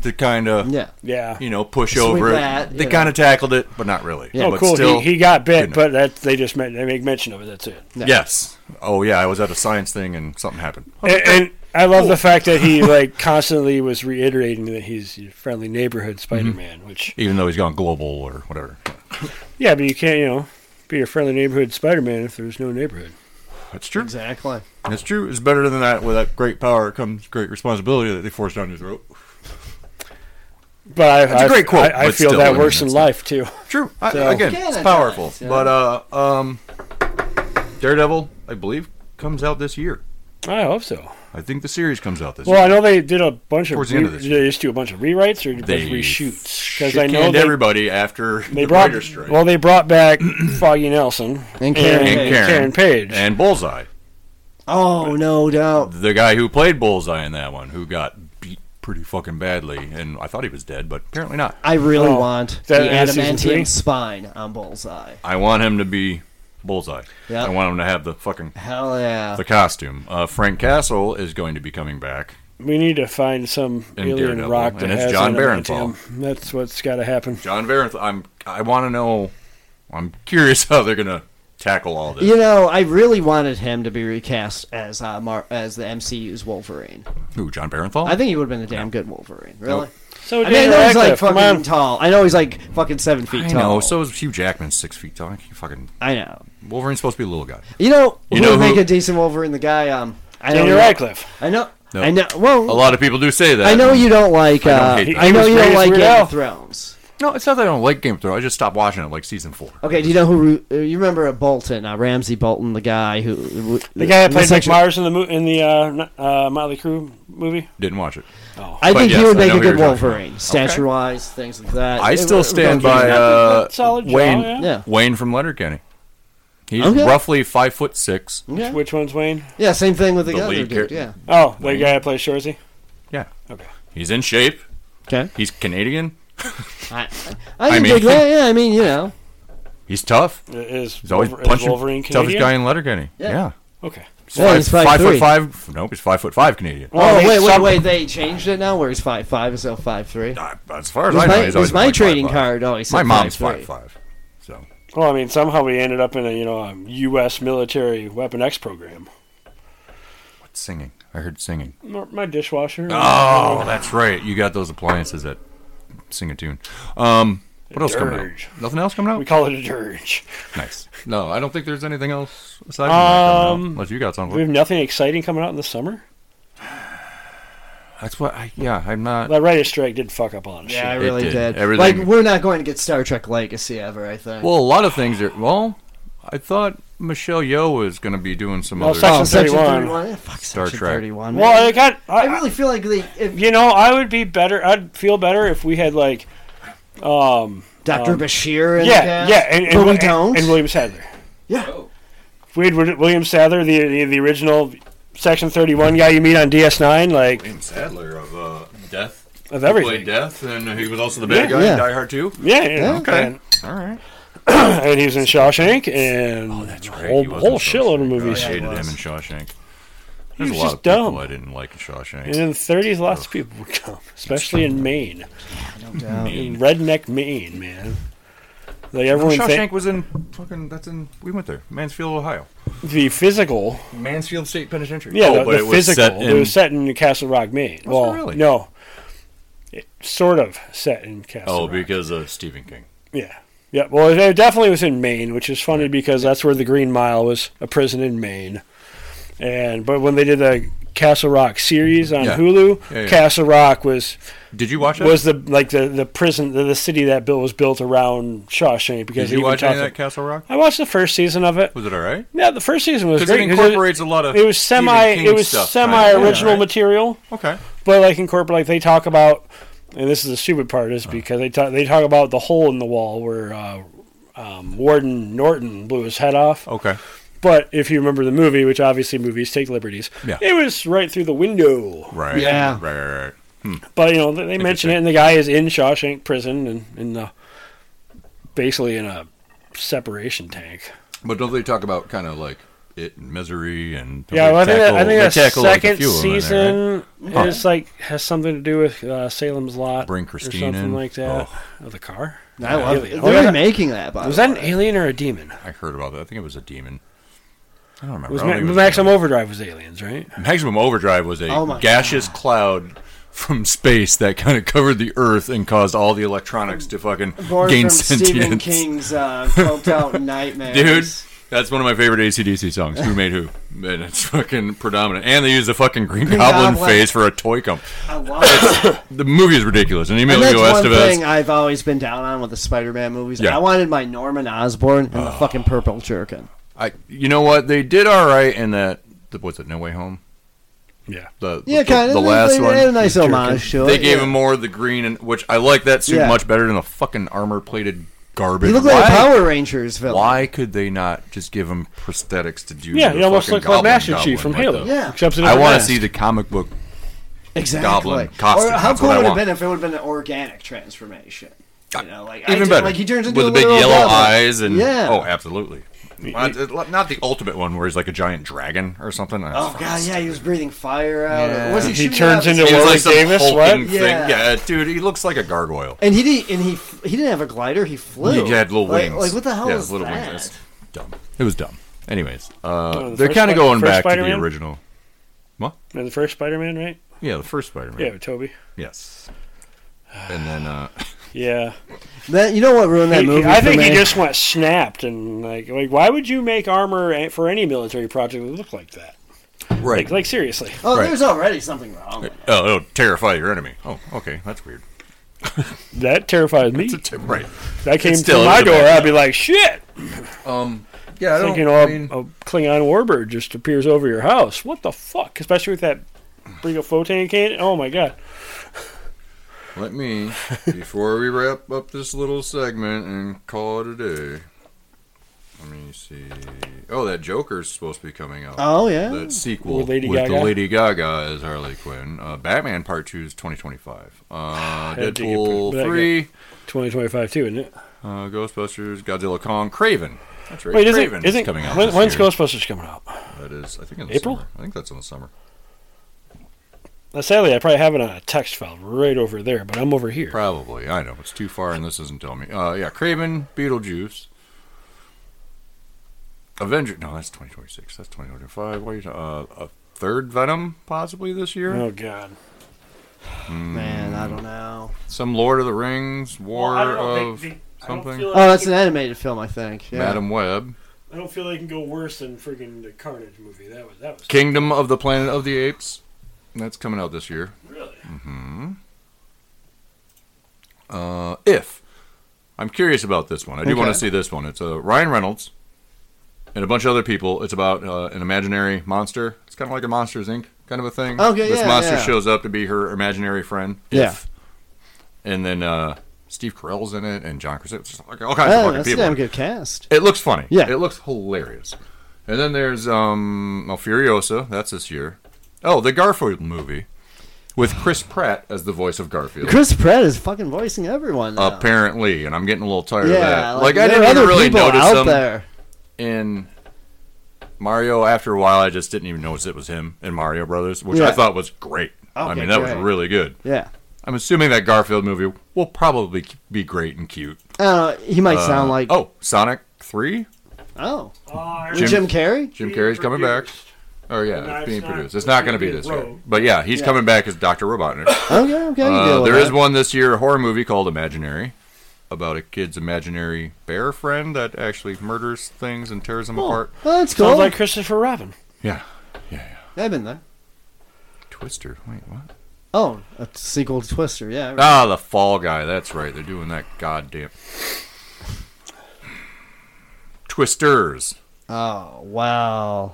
to kind of Yeah. yeah. you know push Swing over bat, it. you They know. kind of tackled it, but not really. oh, But cool. still- he, he got bit, goodness. but that they just men- they make mention of it. That's it. yes. Oh yeah, I was at a science thing and something happened. And, and I love the fact that he like constantly was reiterating that he's your friendly neighborhood Mm-hmm. Spider-Man, which Even though he's gone global or whatever, yeah, but you can't you know be a friendly neighborhood Spider-Man if there's no neighborhood. that's true. exactly. That's true. It's better than that. With that great power comes great responsibility that they force down your throat. But I, a I- great quote, I, I but feel still, I that mean, works in that's not- life too. True. I, So- again, Yeah, it's that's powerful. nice, yeah. But uh, um, Daredevil, I believe, comes out this year. I hope so. I think the series comes out this Well, I year. know they did a bunch of Towards the end of re- this did year. they just do a bunch of rewrites or They just reshoots because I Shit know canned they, everybody after they the brought writer's strike. well they brought back Foggy Nelson And Karen and Karen, Page. and Bullseye, Oh no doubt. the guy who played Bullseye in that one, who got beat pretty fucking badly, and I thought he was dead, but apparently not. I really Oh, want that- the uh, season three? adamantium spine on Bullseye. I want him to be Bullseye. Yeah. I want him to have the fucking Hell yeah. the costume. Uh, Frank Castle is going to be coming back. we need to find some And alien Daredevil, rock and that it's has John adamantium. That's what's got to happen. John Varenth, I'm I want to know. I'm curious how they're gonna tackle all this. You know, I really wanted him to be recast as uh, Mar- as the MCU's Wolverine. Who, John Barenthal? I think he would have been a damn good Wolverine. Really? So I mean, I know he's like come on. fucking tall. I know he's like fucking seven feet I tall. know. So is Hugh Jackman, six feet tall. He fucking I know. Wolverine's supposed to be a little guy. You know, You who know would who- make a decent Wolverine? The guy. Um, I Daniel don't know. Radcliffe. I know. No. I know. Well, A lot of people do say that. I know you don't like. I don't Uh, I, hate that. know He was you don't raised like Weird Game Al. of Thrones. No, it's not that I don't like Game of Thrones. I just stopped watching it like season four. Okay, do you know who uh, you remember? A Bolton, uh, Ramsey Bolton, the guy who The guy that played Mick Mars in the mo- in the uh, n- uh, Motley Crue movie. Didn't watch it. I But think yes, he would I make know a who you're talking good about. Wolverine, stature wise, things like Uh, that. I It still would- stand would by look good. uh, Solid jaw, Wayne. yeah. Yeah. Wayne from Letterkenny. He's Okay. roughly five foot six. Yeah. Which one's Wayne? yeah, same thing with the, The other lead dude. character. Yeah. Oh, Wayne. the guy that plays Shorzy. Yeah. Okay. He's in shape. Okay. He's Canadian. I, I, I can mean- dig that. Yeah, I mean, you know, He's tough. It Is He's always Wolver- is punching. Wolverine toughest Canadian? guy in Letterkenny. Yeah. Yeah. Okay. He's Well, he's five foot 5'3". five. Nope, he's five foot five Canadian. Oh, Well, wait, he's wait, some- wait. They changed it now where he's 5'5 instead of 5'3. Uh, As far as It was I know, my- he's it was always been my like trading 5'5". card always said My mom's five 5'3". five. So Well, I mean, somehow we ended up in a you know a U.S. military Weapon X program. what's singing? I heard singing. My my dishwasher. Oh, that's right. You got those appliances that sing a tune. Um, what else coming Dirge. out? Nothing else coming out? We call it a dirge. Nice. No, I don't think there's anything else aside from that coming Um, out, unless you got We have something. nothing exciting coming out in the summer. That's what. I, yeah, I'm not. That writer's strike did fuck up a lot of Yeah, I shit. It really did. did. Everything- Like, we're not going to get Star Trek Legacy ever, I think. Well, a lot of things are. Well, I thought Michelle Yeoh was going to be doing some Well, other Section oh, Section 31. 31. Yeah, fuck Star Section Trek. 31. man. Well, I got. I I, really feel like they, if you know, I would be better. I'd feel better if we had like, um, Dr. Bashir and yeah, yeah, and, and, but we and- don't. and William Sadler. yeah. If we had Wi- William Sadler, the, the the original Section Thirty One guy you meet on DS Nine, like Sadler of uh, Death. of everything. Death, and he was also the bad Yeah. guy in Yeah. Die Hard 2. Yeah, yeah, Okay. And, All right. and he was in Shawshank and oh, that's Right, whole, he was whole in shitload Shawshank. of Oh, I movies. hated Yeah, he him was. in Shawshank. There's was a lot just of people dumb. I didn't like in and Shawshank. in the thirties, lots of people would come, especially in Maine, No doubt. in redneck Maine, man. Like everyone, thi- Shawshank was in fucking. That's in. We went there, Mansfield, Ohio, the physical, Mansfield State Penitentiary. yeah, the, Oh, but the it physical. was set it in- was set in Castle Rock, Maine. it well, really? no, it sort of set in Castle. Oh, Rock. because of Stephen King. yeah, yeah. Well, it definitely was in Maine, which is funny because that's where the Green Mile was a prison in Maine. And but when they did the Castle Rock series on Yeah. Hulu, Yeah, yeah. Castle Rock was Did you watch that? was the like the the prison the, the city that built was built around Shawshank because Did it you even watch any of talked- that Castle Rock? I watched the first season of it. Was it all right? Yeah, the first season was Because it great. 'cause incorporates a lot of it was Stephen semi King it was stuff, kind of, semi original right? material, Okay. but like incorporate like they talk about and this is the stupid part is because they talk they talk about the hole in the wall where uh, um, Warden Norton blew his head off. Okay. But if you remember the movie, which obviously movies take liberties, Yeah. it was right through the window. Right. Yeah. Right. Right. right. But you know they, they Interesting. mention it, and the guy is in Shawshank Prison and in the basically in a separation tank. But don't they talk about kind of like it and misery and Yeah, well, I think that, I they think that tackle, like, a second few of 'em in there, right? season Huh. is like has something to do with uh, Salem's Lot, Bring or Christine something in. like that. Oh. Of the car, I love it. Alien. They're Oh, yeah. making that. By was the that an way. alien or a demon? I heard about that. I think it was a demon. I don't remember. It was, I don't Ma- think it was a Maximum demon. Overdrive was aliens, right? Maximum Overdrive was a Oh my gaseous cloud from space that kind of covered the Earth and caused all the electronics to fucking Born gain from Stephen sentience. King's uh, coked out nightmares. Dude, that's one of my favorite ACDC songs. Who made who? And it's fucking predominant. And they use the fucking Green, Green Goblin, Goblin. face for a toy comp. I love it. The movie is ridiculous. And And Emilio that's one thing Estevez. I've always been down on with the Spider-Man movies. Yeah. I wanted my Norman Osborn and the fucking purple jerkin. I, you know what? They did all right in that. The, what's it? No Way Home. Yeah. The, Yeah, the, kind of. the they, last they, one. They had a nice Jerkin. homage to it. They gave yeah. him more of the green, and which I like that suit Yeah. much better than the fucking armor plated garbage. He looked like a Why- Power Rangers villain. Why could they not just give him prosthetics to do? Yeah, the he almost fucking looked like Goblin Master Chief from Goblin, like Halo. the- Yeah. Except I want to see the comic book. exactly. Goblin costume, Or how that's cool what I would it have want. been if it would have been an organic transformation? You know, like I Even did- better, Like he turns into with a the big little yellow goblin. eyes and Yeah. oh, absolutely. Not not the ultimate one where he's like a giant dragon or something. That's Oh fucking god, yeah, he was breathing fire out. Yeah. Was he, He shooting turns out of his- He into was Warwick like some Davis, hulking what? thing. Yeah. Yeah. dude, he looks like a gargoyle. And he didn't. And he f- he didn't have a glider. He flew. He had little like, wings. Like what the hell yeah, is little that? Wings. That's dumb. It was dumb. Anyways, uh, Oh, the they're first kind of Spi- going first back to Spider-Man? the original. the first Spider-Man, right? Yeah, the first Spider-Man. Yeah, with Toby. Yes. And then uh, Yeah, That- you know what ruined that He- he- movie? I for think me? he just went snapped and like, like, why would you make armor a- for any military project that look like that? right. Like, like seriously. Oh, Right. there's already something wrong. With it. Oh, it'll terrify your enemy. Oh, okay, that's weird. That terrifies me. It's a ter- right. That came still- to it my was a door. bad I'd be like, shit. Um, yeah, I don't. Like, you know, a, a oh, Klingon warbird just appears over your house. What the fuck? Especially with that Brigofotan cannon. Oh my god. let me before we wrap up this little segment and call it a day. Let me see. Oh, that Joker's supposed to be coming out. Oh yeah. that sequel With with, Lady Gaga? the Lady Gaga as Harley Quinn. Uh, Batman Part Two is 2025. Uh, had to get put- Deadpool but I Three, 2025 too, isn't it? uh, Ghostbusters, Godzilla Kong, Craven. That's right. Wait, isn't, Craven it isn't coming out. when- this when's year. Ghostbusters coming out? That is, I think, in the April? Summer. I think that's in the summer. Now, sadly, I probably have it on a text file right over there, but I'm over here. Probably. I know. It's too far, and this isn't telling me. Uh, yeah, Craven, Beetlejuice. Avenger. No, that's 2026. That's 2025. What are you talking uh, A third Venom, possibly this year? Oh god. Man, I don't know. Some Lord of the Rings, War I don't know, of they- they- I don't something. feel like Oh, that's they an can- animated film, I think. Yeah. Mm. Madam Web. I don't feel they can go worse than freaking the Carnage movie. That was that was Kingdom of the Planet of the Apes. That's coming out this year. Mm-hmm. really. Uh, if. I'm curious about this one. I do Okay. want to see this one. It's uh, Ryan Reynolds and a bunch of other people. It's about uh, an imaginary monster. It's kind of like a Monsters Inc. kind of a thing. Okay, This yeah, monster yeah. shows up to be her imaginary friend. Yeah. If. And then uh, Steve Carell's in it, and John Krasinski. It's just like all kinds Oh, of fucking that's a people. damn good cast. It looks funny. Yeah. It looks hilarious. And then there's um well, Furiosa, that's this year. Oh, the Garfield movie. With Chris Pratt as the voice of Garfield. Chris Pratt is fucking voicing everyone. Now. Apparently, and I'm getting a little tired of yeah, that. Like, I there didn't are even other really people notice out him there. in Mario. After a while, I just didn't even notice it was him in Mario Brothers, which I Yeah. thought was great. I Okay, mean, that was great. really good. Yeah, I'm assuming that Garfield movie will probably be great and cute. Uh, he might sound like oh, Oh, Sonic Three. Jim, Carrey. Jim Carrey's coming back. Oh yeah, No, it's it's being not- produced. It's not going to be being this year, wrote. but yeah, he's coming back as Doctor Robotnik. Oh yeah, okay. I can Uh, deal with there that. is one this year, a horror movie called Imaginary, about a kid's imaginary bear friend that actually murders things and tears them apart. Oh, that's cool. Sounds like Christopher Robin. Yeah, I've been there. Twister. Wait, what? Oh, a sequel to Twister. Yeah. right. Ah, the Fall Guy. That's right. They're doing that goddamn Twisters. Oh wow.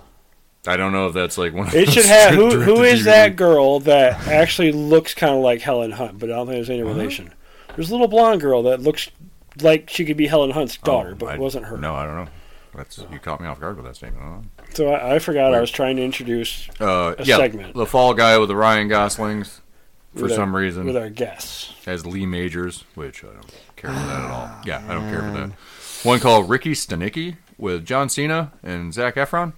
I don't know if that's like one. Of It should those have who who directed is DVD. that girl that actually looks kind of like Helen Hunt, but I don't think there's any Uh-huh. relation. There's a little blonde girl that looks like she could be Helen Hunt's daughter, Oh, but I- it wasn't her. No, I don't know. That's you caught me off guard with that statement. I don't know. So I, I forgot I was trying to introduce uh, a yeah, segment. The Fall Guy with the Ryan Goslings, for with our- some reason, with our guests. as Lee Majors, which I don't care for that at Ah, all. Yeah, I don't care for that. One called Ricky Stenicki with John Cena and Zach Efron,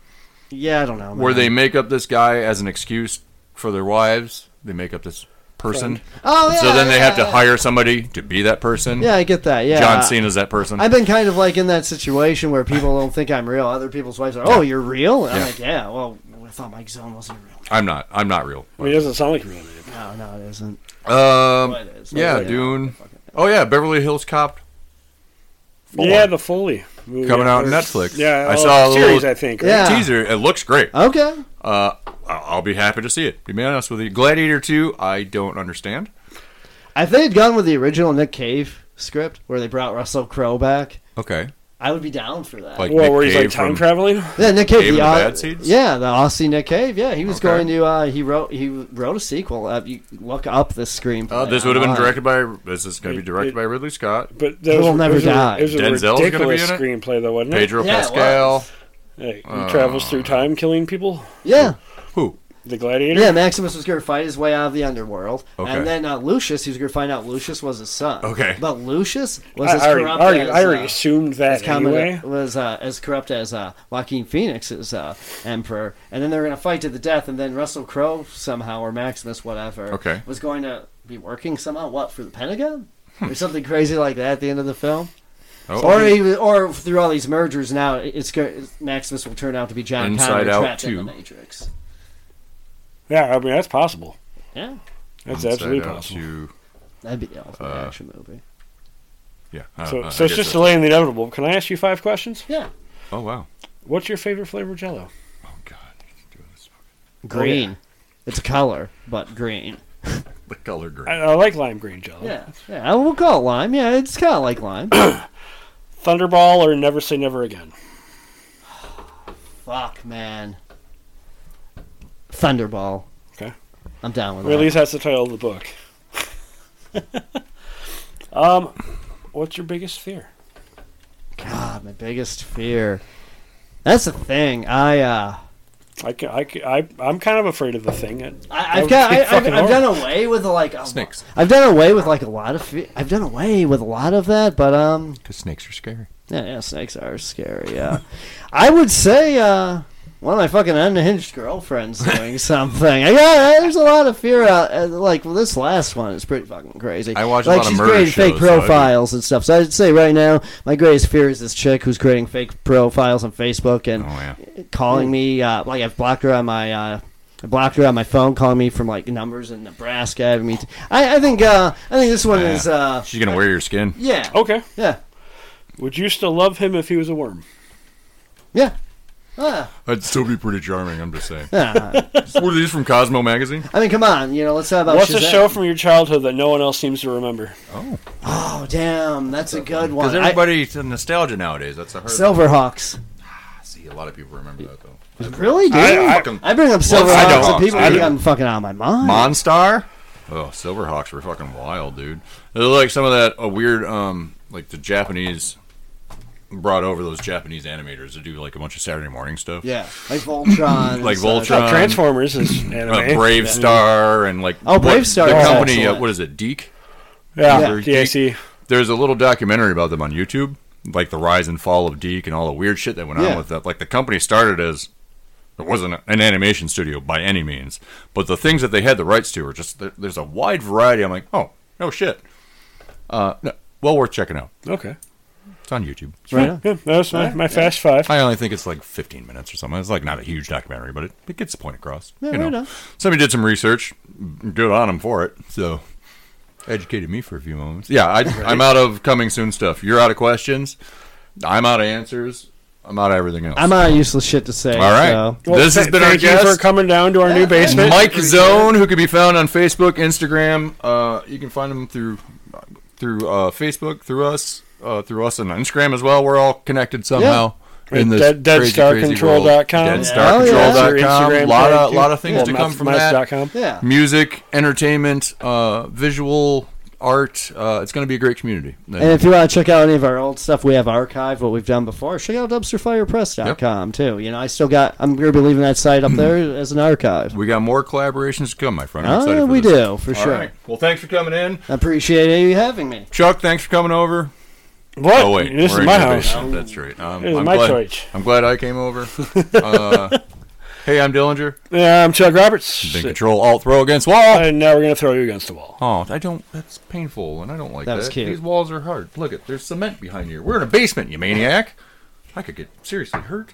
Yeah, I don't know. where man. they make up this guy as an excuse for their wives. They make up this person. Oh yeah. so then they yeah, have to yeah. hire somebody to be that person. Yeah, I get that. Yeah. John Cena's that person. I've been kind of like in that situation where people don't think I'm real. Other people's wives are, "Oh, you're real." And Yeah. I'm like, "Yeah, well, I thought Mike Zone wasn't real." I'm not. I'm not real. I mean, it doesn't sound like you really did. No, no, it isn't. Um, It is. yeah, Like, Dune. Oh yeah, Beverly Hills Cop Yeah, the Foley movie coming out on or- Netflix. Yeah, I well, saw a series. little I think. Yeah. teaser. It looks great. Okay. Uh, I- I'll be happy to see it. To be honest with you, Gladiator Two, I don't understand. If they had gone with the original Nick Cave script where they brought Russell Crowe back, Okay, I would be down for that. like Well, Nick where he's like Cave time from- traveling. yeah, Nick Cave, Cave and the, the Au- Bad Seeds? yeah, the Aussie Nick Cave. Yeah, he was Okay. going to. Uh, he wrote. He wrote a sequel. Uh, you look up the screenplay. Uh, this would have been online. directed by. This is going to be directed by Ridley Scott, But He that was, will never it was die. A, it was a Denzel's gonna be ridiculous in it? screenplay, though, wasn't it? Pedro Uh. Yeah, it Pascal. Hey, he travels through time, killing people. Yeah, Who? The gladiator. yeah. Maximus was going to fight his way out of the underworld, Okay. and then uh, Lucius. He was going to find out Lucius was his son. Okay. but Lucius was I, as I already, corrupt I already, as, I already uh, assumed that as common- anyway. was uh, as corrupt as uh, Joaquin Phoenix's uh, emperor, and then they were going to fight to the death, and then Russell Crowe somehow or Maximus, whatever, Okay. was going to be working somehow what for the Pentagon or something crazy like that at the end of the film, Hmm. Oh, or he was, or through all these mergers now, it's go- Maximus will turn out to be John Inside Connor Out trapped in the 2. Matrix. Yeah, I mean that's possible. Yeah, That's Inside absolutely Out possible. two. that'd be the ultimate Uh, action movie. Yeah. I don't- Uh, I So, so guess it's just that's- delaying the inevitable. Can I ask you five questions? Yeah, Oh wow. What's your favorite flavor Jello? Oh god. you're doing this. green. Oh, It's a color, but green. The color green. I, I like lime green Jello. Yeah, yeah. We'll call it lime. Yeah, it's kind of like lime. Thunderball or Never Say Never Again. Fuck, man. Thunderball. Okay. I'm down with Or at that. least that's the title of the book. um, what's your biggest fear? God, my biggest fear. That's the thing. I uh, I can, I can, I, I'm kind of afraid of the thing. It- that I, I've would got. be I, I've, fucking I've horrible. done away with like a, Snakes. I've done away with like a lot of. Fe- I've done away with a lot of that, but um, Because snakes are scary. yeah, yeah snakes are scary. Yeah, I would say uh, one of my fucking unhinged girlfriends doing something. I got. uh, There's a lot of fear out. uh, Like well, this last one is pretty fucking crazy. I watch a like, lot of she's murder creating fake shows, so I do- profiles and stuff. So I'd say right now my greatest fear is this chick who's creating fake profiles on Facebook and Oh yeah. calling me uh, like I've blocked her on my uh, I blocked her on my phone, calling me from like numbers in Nebraska. I mean, I, I think uh, I think this one is uh, She's gonna wear your skin. yeah, Okay. yeah, Would you still love him if he was a worm? yeah. Ah, I'd still be pretty charming. I'm just saying. yeah. Were these from Cosmo magazine? I mean, come on, you know, let's talk about What's a Shazam. show from your childhood that no one else seems to remember? Oh, damn, that's a good Because one. I, everybody's in nostalgia nowadays. That's a hard. Silverhawks, See, a lot of people remember that though. really, dude? I- I, I- Fucking- bring Well, up Silverhawks, I don't- and people I think don't- I'm fucking out of my mind. Monstar. Oh, Silverhawks were fucking wild, dude. They're like some of that uh, weird, um, like the Japanese brought over those Japanese animators to do like a bunch of Saturday morning stuff. yeah, like Voltron, and Like such. Voltron. Um, Transformers is Uh, anime. Brave Star and like Oh, Brave what- Star The is company, uh, excellent. what is it, Deke? Yeah, Yeah. DAC. There's a little documentary about them on YouTube, like the rise and fall of Deke and all the weird shit that went Yeah. on with that. Like the company started as It wasn't an animation studio by any means, but the things that they had the rights to are just there- there's a wide variety. I'm like, oh, no shit. Uh, no, well worth checking out. Okay. It's on YouTube. Right on. Yeah, that was my, my fast five. I only think it's like 15 minutes or something. It's like not a huge documentary, but it, it gets the point across. Yeah, you right know, on. somebody did some research. Good on them for it. So educated me for a few moments. Yeah, I, I'm out of coming soon stuff. You're out of questions. I'm out of answers. I'm out of everything else. I'm out of useless shit to say. All right. so- this has th- been our thank you for guest, coming down to our new basement. Mike Zone, who can be found on Facebook, Instagram. Uh, you can find him through through uh, Facebook, through us, uh, through us on Instagram as well. We're all connected somehow. Right, In this dead- crazy, crazy world. deadstarcontrol.com. Oh, yeah. Deadstarcontrol.com. A lot of, lot of things Yeah, to mouth- come from mouse that dot com. Yeah. music, entertainment, uh, visual art. Uh, it's going to be a great community. And if you want to check out any of our old stuff, we have archived what we've done before. Check out dumpsterfirepress.com too. You know, I still got. I'm going to be leaving that site Hmm. up there as an archive. we got more collaborations to come, my friend. I'm Oh, excited yeah, for we this. do for All sure. right. Well, thanks for coming in, I appreciate you having me. Chuck. Thanks for coming over. What? Oh wait, this we're is in my your house. basement. That's right. Um, This is I'm my glad, choice. I'm glad I came over. uh, hey, I'm Dillinger. Yeah, I'm Chuck Roberts. Big control alt throw against wall. And now we're gonna throw you against the wall. Oh, I don't. That's painful, and I don't like that. That was cute. These walls are hard. Look at there's cement behind here. We're in a basement, you maniac. I could get seriously hurt.